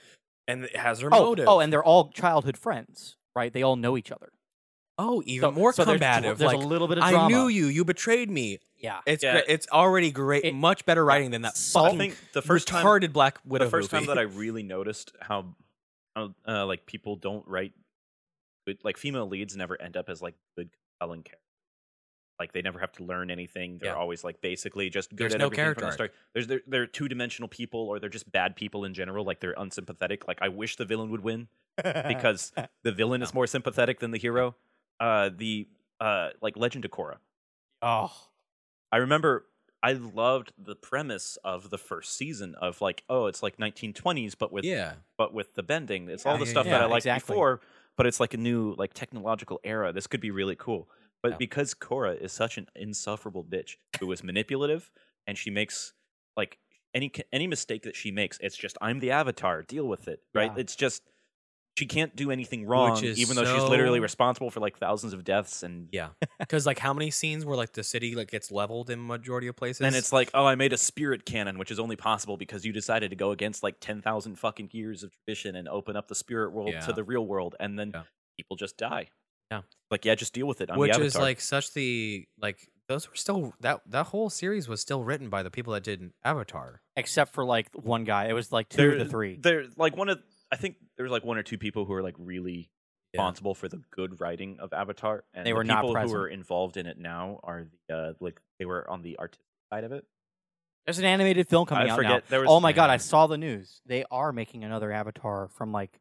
C: and it has her
A: Oh,
C: motive.
A: oh, and they're all childhood friends, right? They all know each other.
C: oh, even
A: So-
C: more
A: so there's dra-
C: combative.
A: There's,
C: like
A: a little bit of drama.
C: I knew you. You betrayed me.
B: [LAUGHS]
A: Yeah.
C: It's
B: Yeah.
C: great. it's already great.
A: It-
C: much better writing than that.
A: Salt-
C: fucking
B: I think the first time
C: retarded Black Widow.
B: the first
C: movie.
B: time
C: [LAUGHS]
B: that I really noticed how, how uh, like people don't write good, like female leads never end up as like good compelling characters. Like they never have to learn anything. They're
C: Yeah.
B: always like basically just good
C: There's
B: at
C: no
B: everything
C: character
B: from the
C: arc.
B: start. There's they're, they're two dimensional people or they're just bad people in general. Like they're unsympathetic. Like I wish the villain
C: [LAUGHS]
B: would win because the villain is more sympathetic than the hero. Uh, the uh, like Legend of Korra.
A: oh,
B: I remember I loved the premise of the first season of like, oh, it's like 1920s, but with
C: yeah,
B: but with the bending. It's
C: Yeah,
B: all the
C: yeah,
B: stuff
C: yeah,
B: that I liked
A: exactly.
B: before, but it's like a new like technological era. This could be really cool. But
C: Yeah.
B: because Cora is such an insufferable bitch who is manipulative and she makes like any any mistake that she makes, it's just I'm the avatar, deal with it, right?
A: Yeah.
B: It's just she can't do anything wrong
C: is
B: even though she's literally
C: so-
B: responsible for like thousands of deaths and
C: yeah.
B: [LAUGHS]
C: Because like, how many scenes where like the city like gets leveled in majority of places?
B: then it's like, oh, I made a spirit cannon, which is only possible because you decided to go against like ten thousand fucking years of tradition and open up the spirit world
C: Yeah.
B: to the real world, and then
C: Yeah.
B: people just die.
C: Yeah.
B: like yeah, just deal with it. I'm
C: which
B: the
C: is
B: avatar.
C: like such the like those were still that that whole series was still written by the people that did Avatar.
A: except for like one guy. It was like two of the three.
B: They're like one of I think there was like one or two people who were like really
C: Yeah.
B: responsible for the good writing of Avatar, and
A: They
B: the
A: were not
B: people who
A: present.
B: are involved in it now are the uh, like they were on the artistic side of it.
A: There's an animated film coming out now.
B: forget, there was-
A: oh my god, I saw the news. They are making another Avatar from like,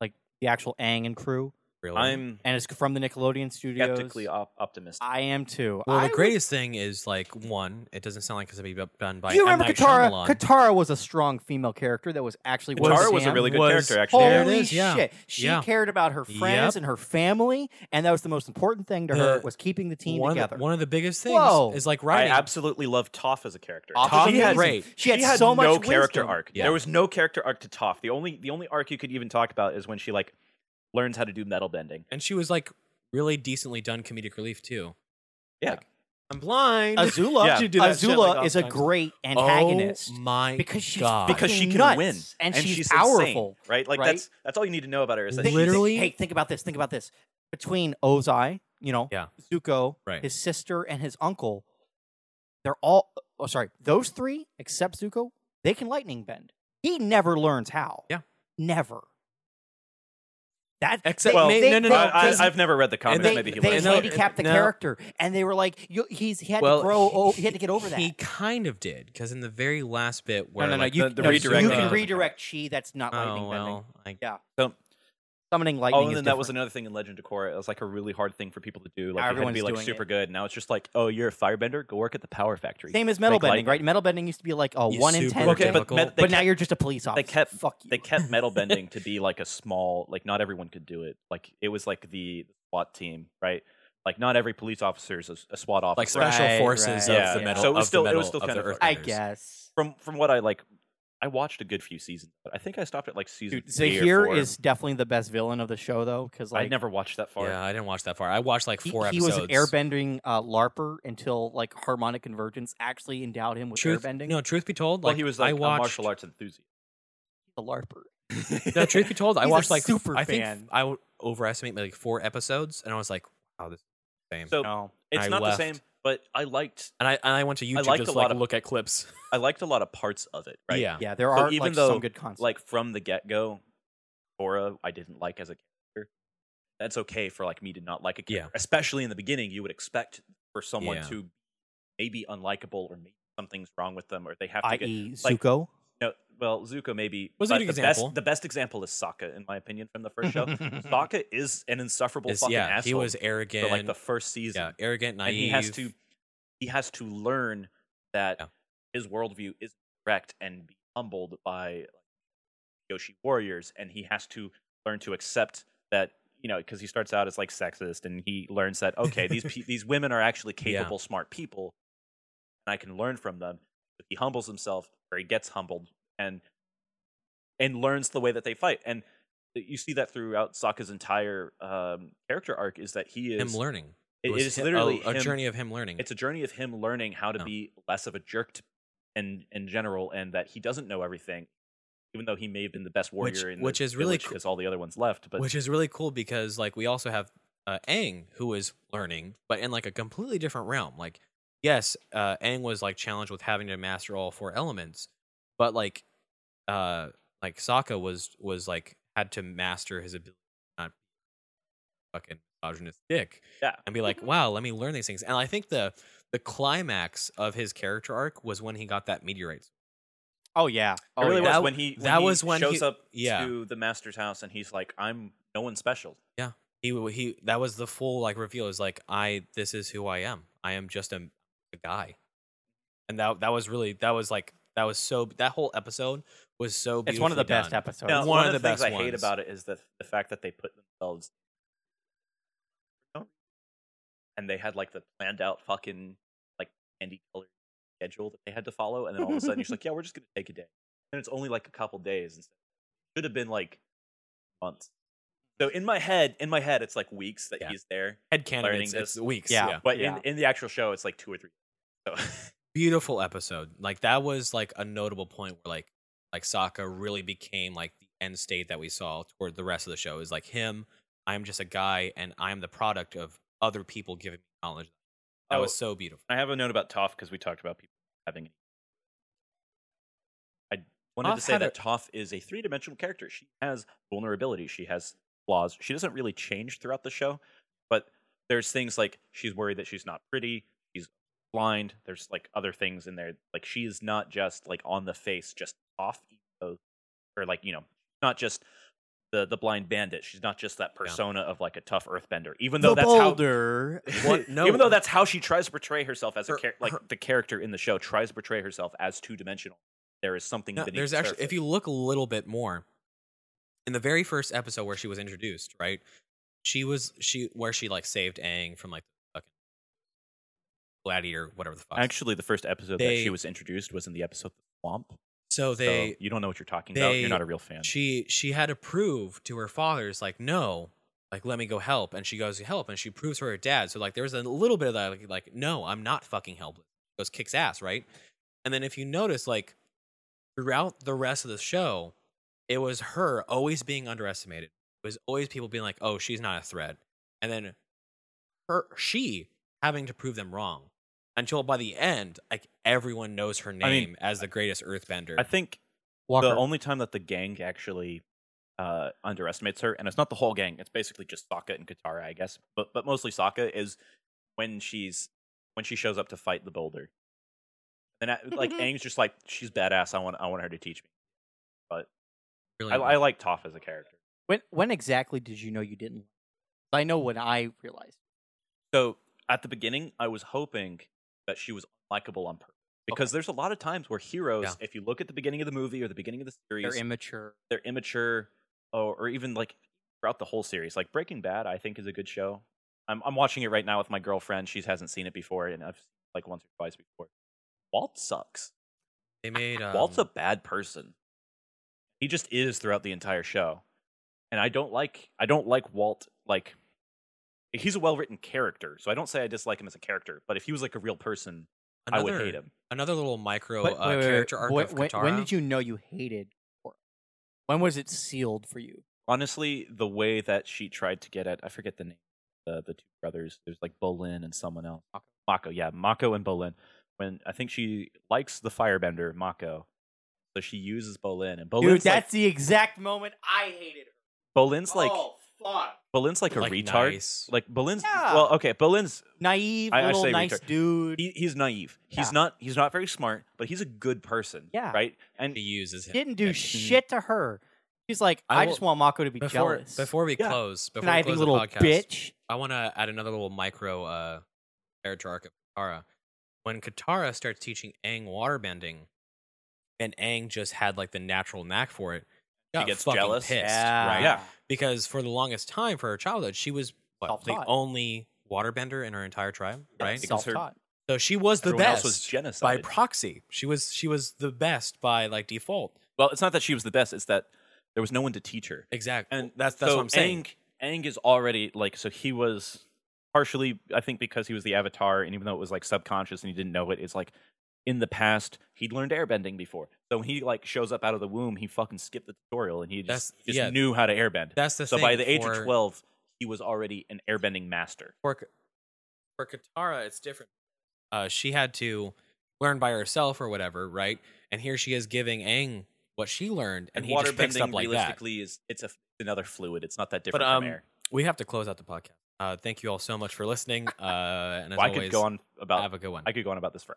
A: like the actual Aang and crew,
C: Really,
B: I'm
A: and it's from the Nickelodeon studios.
B: skeptically op- optimistic.
A: I am too.
C: Well,
A: I
C: the
A: would-
C: greatest thing is like one, it doesn't sound like it's gonna be done by.
A: Do you
C: M.
A: remember
C: Night
A: Katara?
C: Shyamalan.
A: Katara was a strong female character that was actually
B: Katara was, a
A: Sam.
B: really good
C: was-
B: character, actually.
A: Holy
C: There it is, yeah.
A: shit! She
C: Yeah.
A: cared about her friends
C: Yep.
A: and her family, and that was the most important thing to her
C: The-
A: was keeping the team
C: one
A: together.
C: Of the, one of the biggest things
A: Whoa.
C: is like
B: I
C: writing.
B: absolutely love Toph as a character.
A: Toph
C: Toph
A: was
C: is
A: amazing.
C: great.
A: She had, so much
B: no character
A: wisdom.
B: arc.
C: Yeah.
B: There was no character arc to Toph. The only the only arc you could even talk about is when she like learns how to do metal bending.
C: and she was like really decently done comedic relief too.
B: Yeah.
C: Like, I'm blind.
A: Azula,
B: Yeah.
E: She did that shit,
A: Azula
E: like,
A: is a
E: oftentimes.
A: great antagonist
C: Oh my
A: because she's
C: God.
A: fucking
B: because she can
A: nuts,
B: win
A: and, she's,
B: insane,
A: powerful.
B: right? Like
A: right?
B: that's that's all you need to know about her is that
A: Think-
B: she's
C: Literally-
A: hey, think about this. Think about this. Between Ozai, you know,
C: Yeah.
A: Zuko,
C: Right.
A: his sister, and his uncle, they're all. Oh, sorry, those three except Zuko, they can lightning bend. He never learns how.
C: Yeah.
A: never. That
C: Except-
A: they-
C: Well,
A: they-
C: no, no,
A: they-
C: no,
B: I, I,
A: they-
B: I've never read the comics.
C: And they-
B: Maybe he
A: they
B: learned.
C: and no-
A: handicapped the
C: no.
A: character, and they were like, you, "He's he had
C: well,
A: to grow. oh, he had to get over that."
C: He kind of did because in the very last bit where
A: no, no, no.
C: like,
A: you,
C: the,
A: no,
C: the
B: redirect
A: you
B: thing
A: can
B: doesn't
A: redirect chi. That's not lightning
C: Oh
A: bending.
C: well, I,
A: Yeah.
B: So-
A: Summoning lightning.
B: Oh, and
A: is
B: then that was
A: different.
B: another thing in Legend of Korra. It was like a really hard thing for people to do. Like
A: Now
B: you had to be
A: everyone's
B: like
A: doing
B: super
A: it.
B: good. Now it's just like, oh, you're a firebender. Go work at the power factory.
A: Same as metal
B: Make
A: bending,
B: lightning.
A: right? Metal bending used to be like a
C: You
A: one in
C: super
A: ten.
B: Okay,
A: thing,
B: but
C: difficult.
B: met- they
A: but now
B: kept-
A: you're just a police officer.
B: They kept
A: fuck you.
B: they kept metal bending to be like a small like not everyone could do it. Like it was like the SWAT team, right? Like not every police officer is a, a SWAT officer.
C: like special
A: Right,
C: forces
A: right.
C: of
A: Yeah,
C: the
A: yeah.
C: metal.
B: So it was
C: of the
B: still- it
C: metal
B: was still
C: of the
B: kind of
C: Earth
B: hard.
A: [LAUGHS] I
C: Benders.
A: guess.
B: from from what I like, I watched a good few seasons, but I think I stopped at like season.
A: Dude,
B: three or
A: Zahir
B: four.
A: is definitely the best villain of the show, though, because like
B: I never watched that far.
C: Yeah, I didn't watch that far. I watched like
A: he,
C: four
A: he was
C: episodes.
A: an airbending uh, larper until like harmonic convergence actually endowed him with
C: Truth,
A: airbending.
C: No, truth be told,
B: Well,
C: like
B: he was
C: I
B: like
C: watched,
B: a martial arts enthusiast.
A: the larper.
C: [LAUGHS] No, truth be told, I
A: He's a
C: watched like
A: super
C: I think
A: fan.
C: I would overestimate like four episodes, and I was like, wow, this is insane.
B: [LAUGHS] So
A: No,
B: it's
C: I
B: not
C: left.
B: the same, but I liked
C: and I and I went to YouTube
B: liked
C: just
B: a
C: to, like
B: lot of-
C: look at clips.
B: I liked a lot of parts of it. Right?
C: Yeah.
A: yeah, there
B: So
A: are
B: even
A: like
B: though,
A: some good concepts.
B: Like from the get go, Korra I didn't like as a character. That's okay for like me to not like a
C: Yeah.
B: character, especially in the beginning. You would expect for someone
C: Yeah.
B: to maybe unlikable or maybe something's wrong with them, or they have to get.
A: i.e.
B: like-
A: Zuko.
B: No, well, Zuko maybe.
C: e Was a
B: but
C: good
B: the
C: example.
B: Best, the best example is Sokka, in my opinion, from the first
C: [LAUGHS]
B: show. Sokka is an insufferable
C: It's-
B: fucking
C: yeah,
B: asshole.
C: he was
B: for
C: arrogant.
B: like the first season
C: yeah, arrogant, naive.
B: and he has to he has to learn that
C: Yeah.
B: his worldview is correct and be humbled by Yoshi warriors, and he has to learn to accept that you know because he starts out as like sexist, and he learns that
C: [LAUGHS]
B: okay, these pe- these women are actually
C: Yeah.
B: capable, smart people, and I can learn from them. But he humbles himself, or he gets humbled, and and learns the way that they fight, and you see that throughout Sokka's entire um, character arc is that he is
C: him learning.
B: it-
C: was
B: it is
C: hi- a-
B: literally
C: a,
B: him-
C: journey of him learning.
B: it's a journey of him learning how to
C: Yeah.
B: be less of a jerk to, in in general, and that he doesn't know everything, even though he may have been the best warrior
C: Which-
B: in
C: which
B: the
C: is really cool-
B: because all the other ones left. But
C: which is really cool because like we also have uh, Aang who is learning, but in like a completely different realm. Like yes, uh, Aang was like challenged with having to master all four elements, but like uh like Sokka was was like had to master his ability to not be a fucking misogynist dick
B: yeah,
C: and be like, wow, let me learn these things. And I think the the climax of his character arc was when he got that meteorite.
A: Oh yeah,
B: it
A: oh
B: really
A: yeah.
B: was when he when
C: that
B: he
C: was when
B: shows
C: he-
B: up
C: yeah.
B: to the master's house, and he's like, "I'm no one special."
C: he w- he that was the full like reveal is like i this is who i am i am just a, a guy and that that was really that was like that was so that whole episode was so
A: It's one of the
C: beautifully
A: best
C: done.
A: episodes.
B: Now,
C: one
B: one,
C: of
B: of
C: the
B: the, things
C: best
B: I hate
C: ones.
B: about it is the the fact that they put themselves. And they had like the planned out fucking like candy colored schedule that they had to follow, and then all of a sudden you're just like, yeah, we're just gonna take a day, and it's only like a couple days. Instead. Should have been like months. So in my head, in my head, it's like weeks that
C: Yeah.
B: he's there,
C: head canon
B: Learning
C: it's, it's
B: this.
C: weeks
A: Yeah.
C: yeah.
B: but
A: Yeah.
B: in in the actual show, it's like two or three. So [LAUGHS]
C: beautiful episode like that was like a notable point where like like Sokka really became like the end state that we saw toward the rest of the show is like him i'm just a guy and i'm the product of other people giving me knowledge That
B: Oh.
C: was so beautiful.
B: I have a note about Toph because we talked about people having. I wanted
C: Toph
B: to say
C: had
B: that
C: a-
B: Toph is a three dimensional character. She has vulnerabilities, she has flaws. She doesn't really change throughout the show, but there's things like she's worried that she's not pretty, she's blind. There's like other things in there. Like she is not just like on the face, just off, or like, you know, not just. The, the blind bandit. She's not just that persona of like a tough earthbender, even though
A: the
B: that's how [LAUGHS]
A: boulder.
C: What- no.
B: Even though that's how she tries to portray herself as
C: Her-
B: a char- like
C: her-
B: the character in the show tries to portray herself as two dimensional. There is something.
C: No,
B: beneath
C: there's
B: the
C: actually,
B: surface.
C: if you look a little bit more, in the very first episode where she was introduced, right? She was she where she like saved Aang from like the fucking gladiator, whatever the fuck.
B: actually, the first episode that
C: They-
B: she was introduced was in the episode the swamp.
C: so they
B: so you don't know what you're talking about.
C: they-
B: You're not a real fan.
C: she she had to prove to her father's like no like let me go help and she goes help and she proves to her dad so like there was a little bit of that like, like no i'm not fucking helpless goes kicks ass right and then if you notice like throughout the rest of the show it was her always being underestimated it was always people being like oh she's not a threat and then her she having to prove them wrong until by the end like everyone knows her name
B: I mean,
C: as the greatest earthbender
B: I think
A: Walker.
B: the only time that the gang actually uh, underestimates her, and it's not the whole gang. It's basically just Sokka and Katara, I guess, but but mostly Sokka is when she's when she shows up to fight the boulder. And I,
C: [LAUGHS]
B: like Aang's just like she's badass. I want I want her to teach me.
C: Really
B: I, I like Toph as a character.
A: when when exactly did you know you didn't? like her? I know when I realized.
B: So at the beginning, I was hoping that she was likable on purpose because there's a lot of times where heroes,
C: Yeah.
B: if you look at the beginning of the movie or the beginning of the series,
A: They're immature.
B: they're immature or, or even like throughout the whole series. Like Breaking Bad, I think is a good show. I'm I'm watching it right now with my girlfriend. She hasn't seen it before, and I've seen it, like once or twice before. Walt sucks.
C: they made um,
B: Walt's a bad person. He just is throughout the entire show. And I don't like I don't like Walt like he's a well-written character. So I don't say I dislike him as a character, but if he was like a real person, I would
C: another-
B: hate him.
C: Another little micro
A: But-
C: uh,
A: wait, wait, wait,
C: character arc
A: what-
C: of
A: when,
C: Katara.
A: when did you know you hated? Korra? When was it sealed for you?
B: Honestly, the way that she tried to get at I forget the name the the two brothers. There's like Bolin and someone else. Mako, yeah, Mako and Bolin. When I think she likes the firebender, Mako. So she uses Bolin and Bolin's
A: Dude,
B: like-
A: that's the exact moment I hated her.
B: Bolin's like
A: oh fuck,
B: Bolin's like a
C: Like,
B: retard.
C: nice.
B: Like Bolin's
A: Yeah.
B: well, okay, Bolin's
A: naive
B: I- I
A: little
B: say
A: nice
B: retard.
A: dude.
B: he, he's naive. He's
A: Yeah.
B: not he's not very smart, but he's a good person.
A: Yeah.
B: Right? And
C: He uses him.
A: didn't do
C: Mhm.
A: shit to her. She's like,
C: I
A: I,
C: will-
A: just want Mako to be
C: Before,
A: jealous.
C: before we
B: Yeah.
C: close, before we
A: conniving
C: close
A: little
C: the podcast,
A: bitch.
C: I want to add another little micro uh, character arc of Katara. When Katara starts teaching Aang waterbending, and Aang just had like the natural knack for it, got
B: gets
C: fucking
B: jealous.
C: pissed,
A: Yeah.
C: right?
B: Yeah.
C: Because for the longest time, for her childhood, she was what, the
A: Self-taught.
C: only waterbender in her entire tribe, right?
B: Because her-
A: Self-taught.
C: So she was the
B: everyone
C: best
B: else was
C: by
B: genocide.
C: proxy. She was she was the best by like default.
B: well, it's not that she was the best, it's that there was no one to teach her.
C: Exactly.
B: And
C: that's that's
B: so
C: what I'm saying.
B: Aang, Aang is already like so he was partially I think because he was the avatar and even though it was like subconscious and he didn't know it, it's like in the past he'd learned airbending before. So when he like shows up out of the womb, he fucking skipped the tutorial and he just,
C: That's-
B: just
C: yeah.
B: knew how to airbend.
C: That's the
B: so
C: thing.
B: by the age of
C: for-
B: 12 he was already an airbending master
C: for, K- for Katara, it's different. Uh, she had to learn by herself or whatever, right? And here she is giving Aang what she learned, and, he just picks up like that.
B: realistically is it's a, another fluid it's not that
C: But
B: different
C: um,
B: from air
C: we have to close out the podcast. Uh, thank you all so much for listening. Uh, and as
B: Well, i
C: always,
B: could go on about
C: have a good one.
B: i could go on about this for